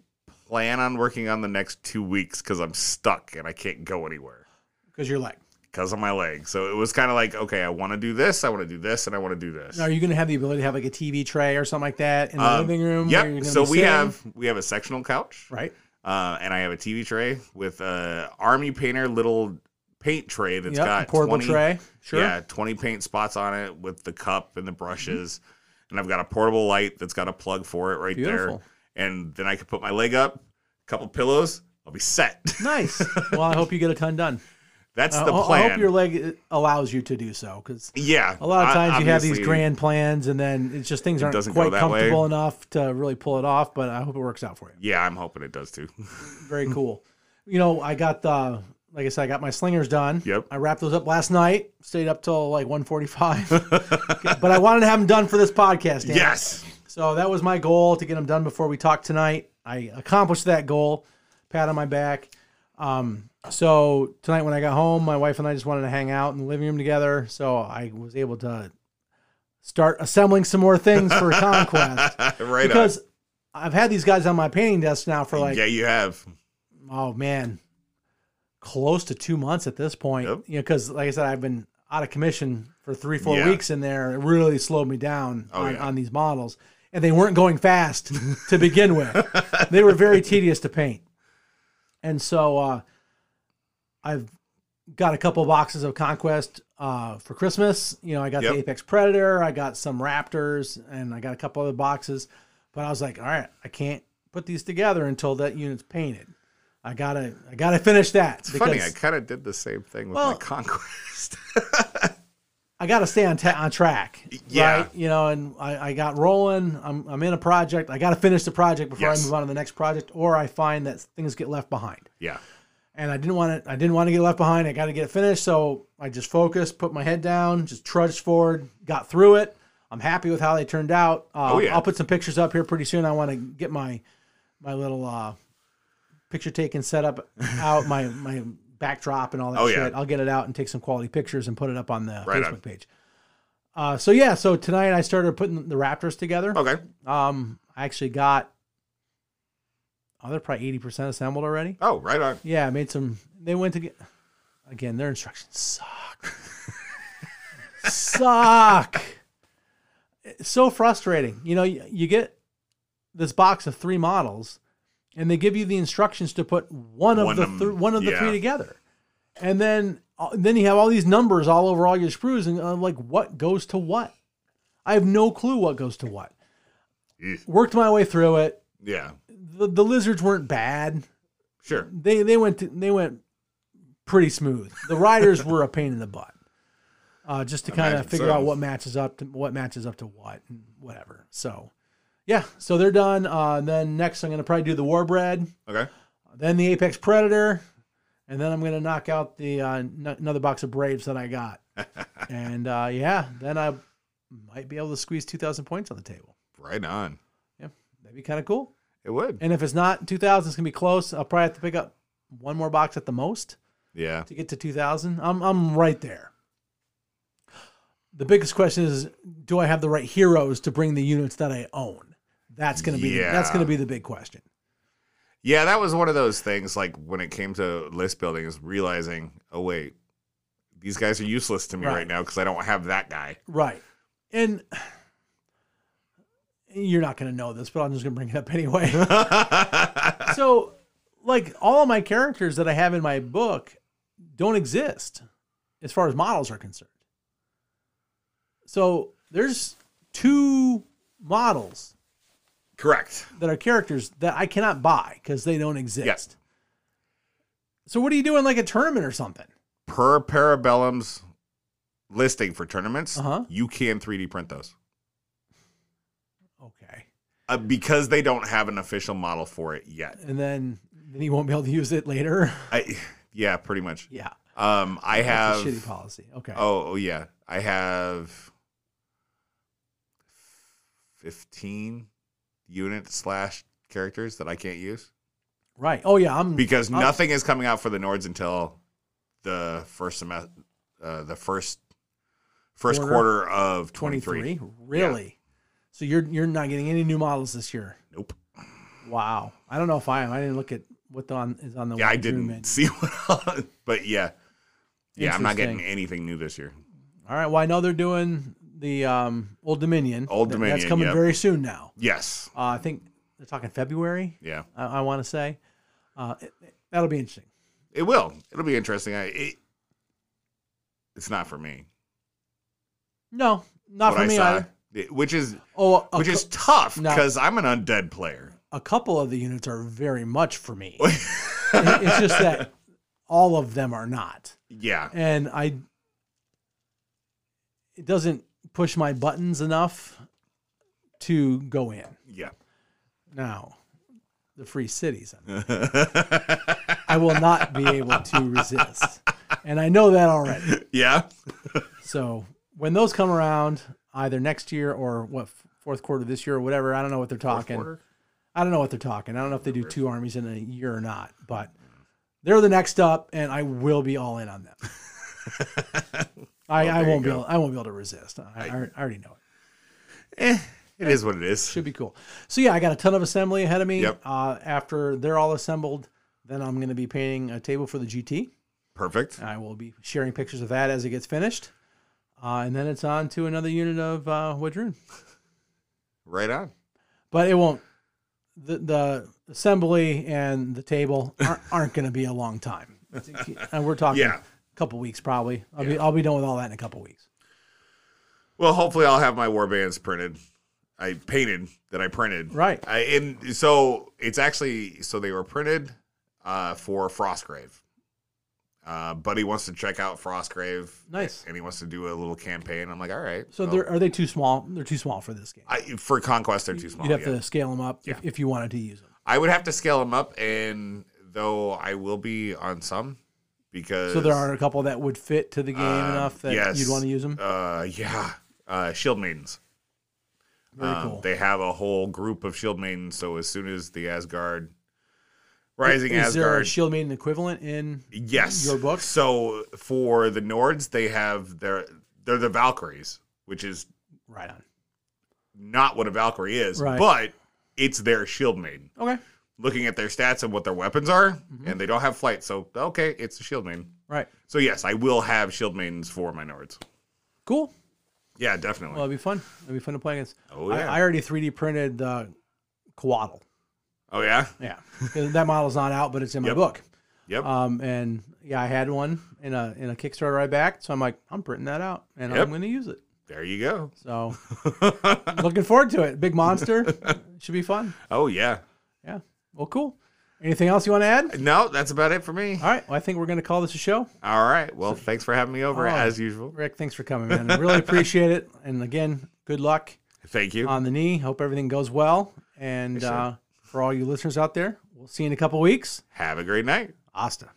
S3: plan on working on the next two weeks because I'm stuck and I can't go anywhere
S2: Because you're like,
S3: because of my leg. So it was kind of like, okay, I want to do this, I want to do this, and I want to do this.
S2: Now, are you going to have the ability to have like a TV tray or something like that in the
S3: Um,
S2: living room? where you're
S3: Yep.
S2: gonna
S3: So
S2: be
S3: we
S2: sitting?
S3: have we have a sectional couch,
S2: right.
S3: uh, and I have a TV tray with a army painter little paint tray that's
S2: Yep,
S3: got
S2: portable
S3: 20
S2: tray. Sure. Mm-hmm.
S3: Yeah, 20 paint spots on it with the cup and the brushes. And I've got a portable light that's got a plug for it right
S2: Beautiful.
S3: there. And then I could put my leg up, a couple pillows, I'll be set.
S2: Nice. well, I hope you get a ton done.
S3: that's
S2: I-
S3: the
S2: Uh, I-
S3: plan.
S2: I hope your leg uh, allows you to do so because
S3: yeah.
S2: a lot of
S3: o-
S2: times you have these
S3: obviously,
S2: grand plans and then it's just things aren't
S3: doesn't go
S2: quite
S3: that way.
S2: comfortable enough to really pull it off. But I hope it works out for you.
S3: Yeah, I'm hoping it does too.
S2: Very
S3: Mm-hmm.
S2: cool. You know, I got the like I said, I got my slingers done.
S3: Yep.
S2: I wrapped those up last night. Stayed up till like 1:45, but I wanted to have them done for this podcast. Dan.
S3: yes.
S2: So that was my goal to get them done before we talk tonight. I accomplished that goal. Pat on my back. Um, so tonight when I got home, my wife and I just wanted to hang out in the living room together. So I was able to start assembling some more things for Conquest
S3: right
S2: because I've had these guys on my painting desk now for
S3: on.
S2: like
S3: yeah, you have.
S2: oh man, close to two months at this point.
S3: Yep.
S2: You know, because like I said, I've been out of commission for three, four
S3: Yeah.
S2: weeks in there. It really slowed me down
S3: Oh,
S2: on,
S3: yeah.
S2: on these models, and they weren't going fast to begin with. they were very tedious to paint, and so uh, I've got a couple boxes of Conquest uh, for Christmas. You know, I got
S3: Yep.
S2: the Apex Predator, I got some Raptors, and I got a couple other boxes. But I was like, all right, I can't put these together until that unit's painted. I gotta, I gotta finish that.
S3: It's funny. I kind of did the same thing with my
S2: Well-
S3: conquest.
S2: I got to stay on ta- on track.
S3: Yeah.
S2: right? you know, and I, I got rolling. I'm I'm in a project. I got to finish the project before
S3: Yes.
S2: I move on to the next project, or I find that things get left behind.
S3: yeah.
S2: And I didn't want to. I didn't want to get left behind. I got to get it finished. So I just focused, put my head down, just trudged forward, got through it. I'm happy with how they turned out. Uh,
S3: Oh, yeah.
S2: I'll put some pictures up here pretty soon. I want to get my my little uh, picture taking setup out. my my backdrop and all that
S3: Oh,
S2: shit.
S3: yeah.
S2: I'll get it out and take some quality pictures and put it up on the
S3: Right
S2: Facebook
S3: on.
S2: page. Uh, so yeah, so tonight I started putting the Raptors together.
S3: Okay.
S2: Um, I actually got oh, they're probably eighty percent assembled already.
S3: Oh, right on.
S2: Yeah, I made some. They went to get again. Their instructions suck. suck. It's so frustrating. You know, you, you get this box of three models, and they give you the instructions to put one of
S3: One
S2: the
S3: of 'em,
S2: thr- one of the three
S3: yeah.
S2: together, and then uh, then you have all these numbers all over all your sprues, and I'm like, what goes to what? I have no clue what goes to what.
S3: Eesh.
S2: Worked my way through it.
S3: Yeah.
S2: The, the lizards weren't bad
S3: Sure.
S2: they they went to, they went pretty smooth. The riders were a pain in the butt, uh, just to kind of
S3: Imagine
S2: figure
S3: so.
S2: out what matches up to what matches up to what and whatever. So, yeah, so they're done. Uh, and then next, I'm gonna probably do the War Bread,
S3: Okay.
S2: then the Apex Predator, and then I'm gonna knock out the uh, n- another box of Braves that I got. and uh, yeah, then I might be able to squeeze 2,000 points on the table.
S3: Right on.
S2: That'd be kind of cool.
S3: It would.
S2: And if it's not 2,000, it's gonna be close. I'll probably have to pick up one more box at the most.
S3: Yeah.
S2: to get to 2000 i'm i'm right there the biggest question is do i have the right heroes to bring the units that i own that's going to be
S3: Yeah.
S2: that's going to be the big question
S3: Yeah, that was one of those things. Like when it came to list building, is realizing, oh wait, these guys are useless to me
S2: Right.
S3: right, now because I don't have that guy.
S2: right and you're not going to know this but i'm just going to bring it up anyway so like all of my characters that I have in my book don't exist as far as models are concerned. So there's two models
S3: Correct.
S2: that are characters that I cannot buy because they don't exist. So what are you doing like a tournament or something?
S3: Per Parabellum's listing for tournaments,
S2: Uh-huh.
S3: you can 3D print those
S2: Okay.
S3: uh, because they don't have an official model for it yet.
S2: And then then you won't be able to use it later.
S3: I, yeah, pretty much.
S2: yeah.
S3: Um, I have.
S2: That's a shitty policy. Okay.
S3: Oh, oh yeah. I have 15 unit slash characters that I can't use
S2: Right. Oh yeah, I'm
S3: because
S2: Oh.
S3: nothing is coming out for the Nords until the first semester, uh, the first first
S2: Quarter.
S3: quarter, of 23.
S2: 23. Really? So you're you're not getting any new models this year.
S3: Nope.
S2: Wow. I don't know if I am. I didn't look at what the on is on the
S3: Yeah, I
S2: Wayne Oh, Drew
S3: didn't
S2: menu.
S3: see what, but yeah. Yeah, I'm not getting anything new this year.
S2: All right. Well, I know they're doing the um, Old Dominion.
S3: Old
S2: Th- That's
S3: Dominion,
S2: coming
S3: yep.
S2: very soon now.
S3: Yes.
S2: Uh, I think they're talking February.
S3: Yeah.
S2: I, I want to say uh, it- it- that'll be interesting.
S3: It will. It'll be interesting. I, it, it's not for me.
S2: No, not
S3: what
S2: for
S3: I
S2: me.
S3: saw,
S2: either.
S3: It- which is
S2: Oh, a,
S3: which is
S2: cou-
S3: tough
S2: No.
S3: because I'm an undead player.
S2: a couple of the units are very much for me. It- it's just that all of them are not,
S3: yeah,
S2: and I it doesn't push my buttons enough to go in.
S3: yeah.
S2: Now, the free cities. I will not be able to resist. And I know that already.
S3: Yeah.
S2: So when those come around, either next year or what, fourth quarter this year or whatever, I don't know what they're talking.
S3: quarter?
S2: I don't know what they're talking. I don't know if they do two armies in a year or not, but they're the next up and I will be all in on them. I, I
S3: there you
S2: won't be
S3: go.
S2: able, I won't be able to resist. I, I, I already know it.
S3: Eh, It is what it is.
S2: Should be cool. So yeah, I got a ton of assembly ahead of me.
S3: Mm. Yep.
S2: Uh, after they're all assembled, then I'm going to be painting a table for the GT.
S3: Perfect.
S2: I will be sharing pictures of that as it gets finished. Uh, and then it's on to another unit of uh, Wadroon.
S3: Right on.
S2: But it won't, the, the assembly and the table aren't, aren't going to be a long time. And we're talking
S3: Yeah.
S2: a couple weeks probably. I'll, be, I'll be done with all that in a couple weeks.
S3: Well, hopefully I'll have my war bands printed. I painted that I printed.
S2: Right.
S3: I, and so it's actually so they were printed uh, for Frostgrave. Uh, Buddy wants to check out Frostgrave.
S2: Nice.
S3: And he wants to do a little campaign. I'm like, all right.
S2: So
S3: Well,
S2: they're, are they too small? They're too small for this game.
S3: I, for Conquest, they're Oh. too small.
S2: You'd have
S3: yeah.
S2: to scale them up if, if you wanted to use them.
S3: I would have to scale them up, and though I will be on some because
S2: So there are a couple that would fit to the game
S3: um,
S2: enough that
S3: yes,
S2: you'd want to use them.
S3: Uh, yeah, uh, shield maidens.
S2: Very
S3: Um,
S2: cool.
S3: They have a whole group of shield maidens. So as soon as the Asgard, rising
S2: Is there a
S3: Asgard,
S2: Shield Maiden equivalent in?
S3: yes,
S2: your book?
S3: So for the Nords, they have their they're the Valkyries, which is
S2: Right on.
S3: not what a Valkyrie is,
S2: Right.
S3: but it's their shield maiden.
S2: Okay.
S3: Looking at their stats and what their weapons are,
S2: Mm-hmm.
S3: and they don't have flight, so okay, it's a shield maiden.
S2: Right.
S3: So yes, I will have shield maidens for my Nords.
S2: Cool.
S3: Yeah, definitely.
S2: Well, it'd be fun. It'd be fun to play against.
S3: Oh,
S2: I-
S3: yeah.
S2: I, already 3D printed the uh, Coatl.
S3: oh yeah.
S2: Yeah. 'Cause that model's not out, but it's in my
S3: Yep.
S2: book.
S3: Yep.
S2: Um, and yeah, I had one in a in a Kickstarter right back. So I'm like, I'm printing that out and
S3: Yep.
S2: I'm going to use it.
S3: there you go.
S2: So looking forward to it. Big monster. Should be fun.
S3: Oh yeah.
S2: Yeah. Well, cool. Anything else you want to add?
S3: No, that's about it for me.
S2: All right. Well, I think we're going to call this a show.
S3: All right. Well, thanks for having me over
S2: Oh.
S3: as usual.
S2: Rick, thanks for coming, man. I really appreciate it. And again, good luck.
S3: Thank you.
S2: on the knee. Hope everything goes well. And uh, for all you listeners out there, we'll see you in a couple weeks.
S3: have a great night.
S2: Asta.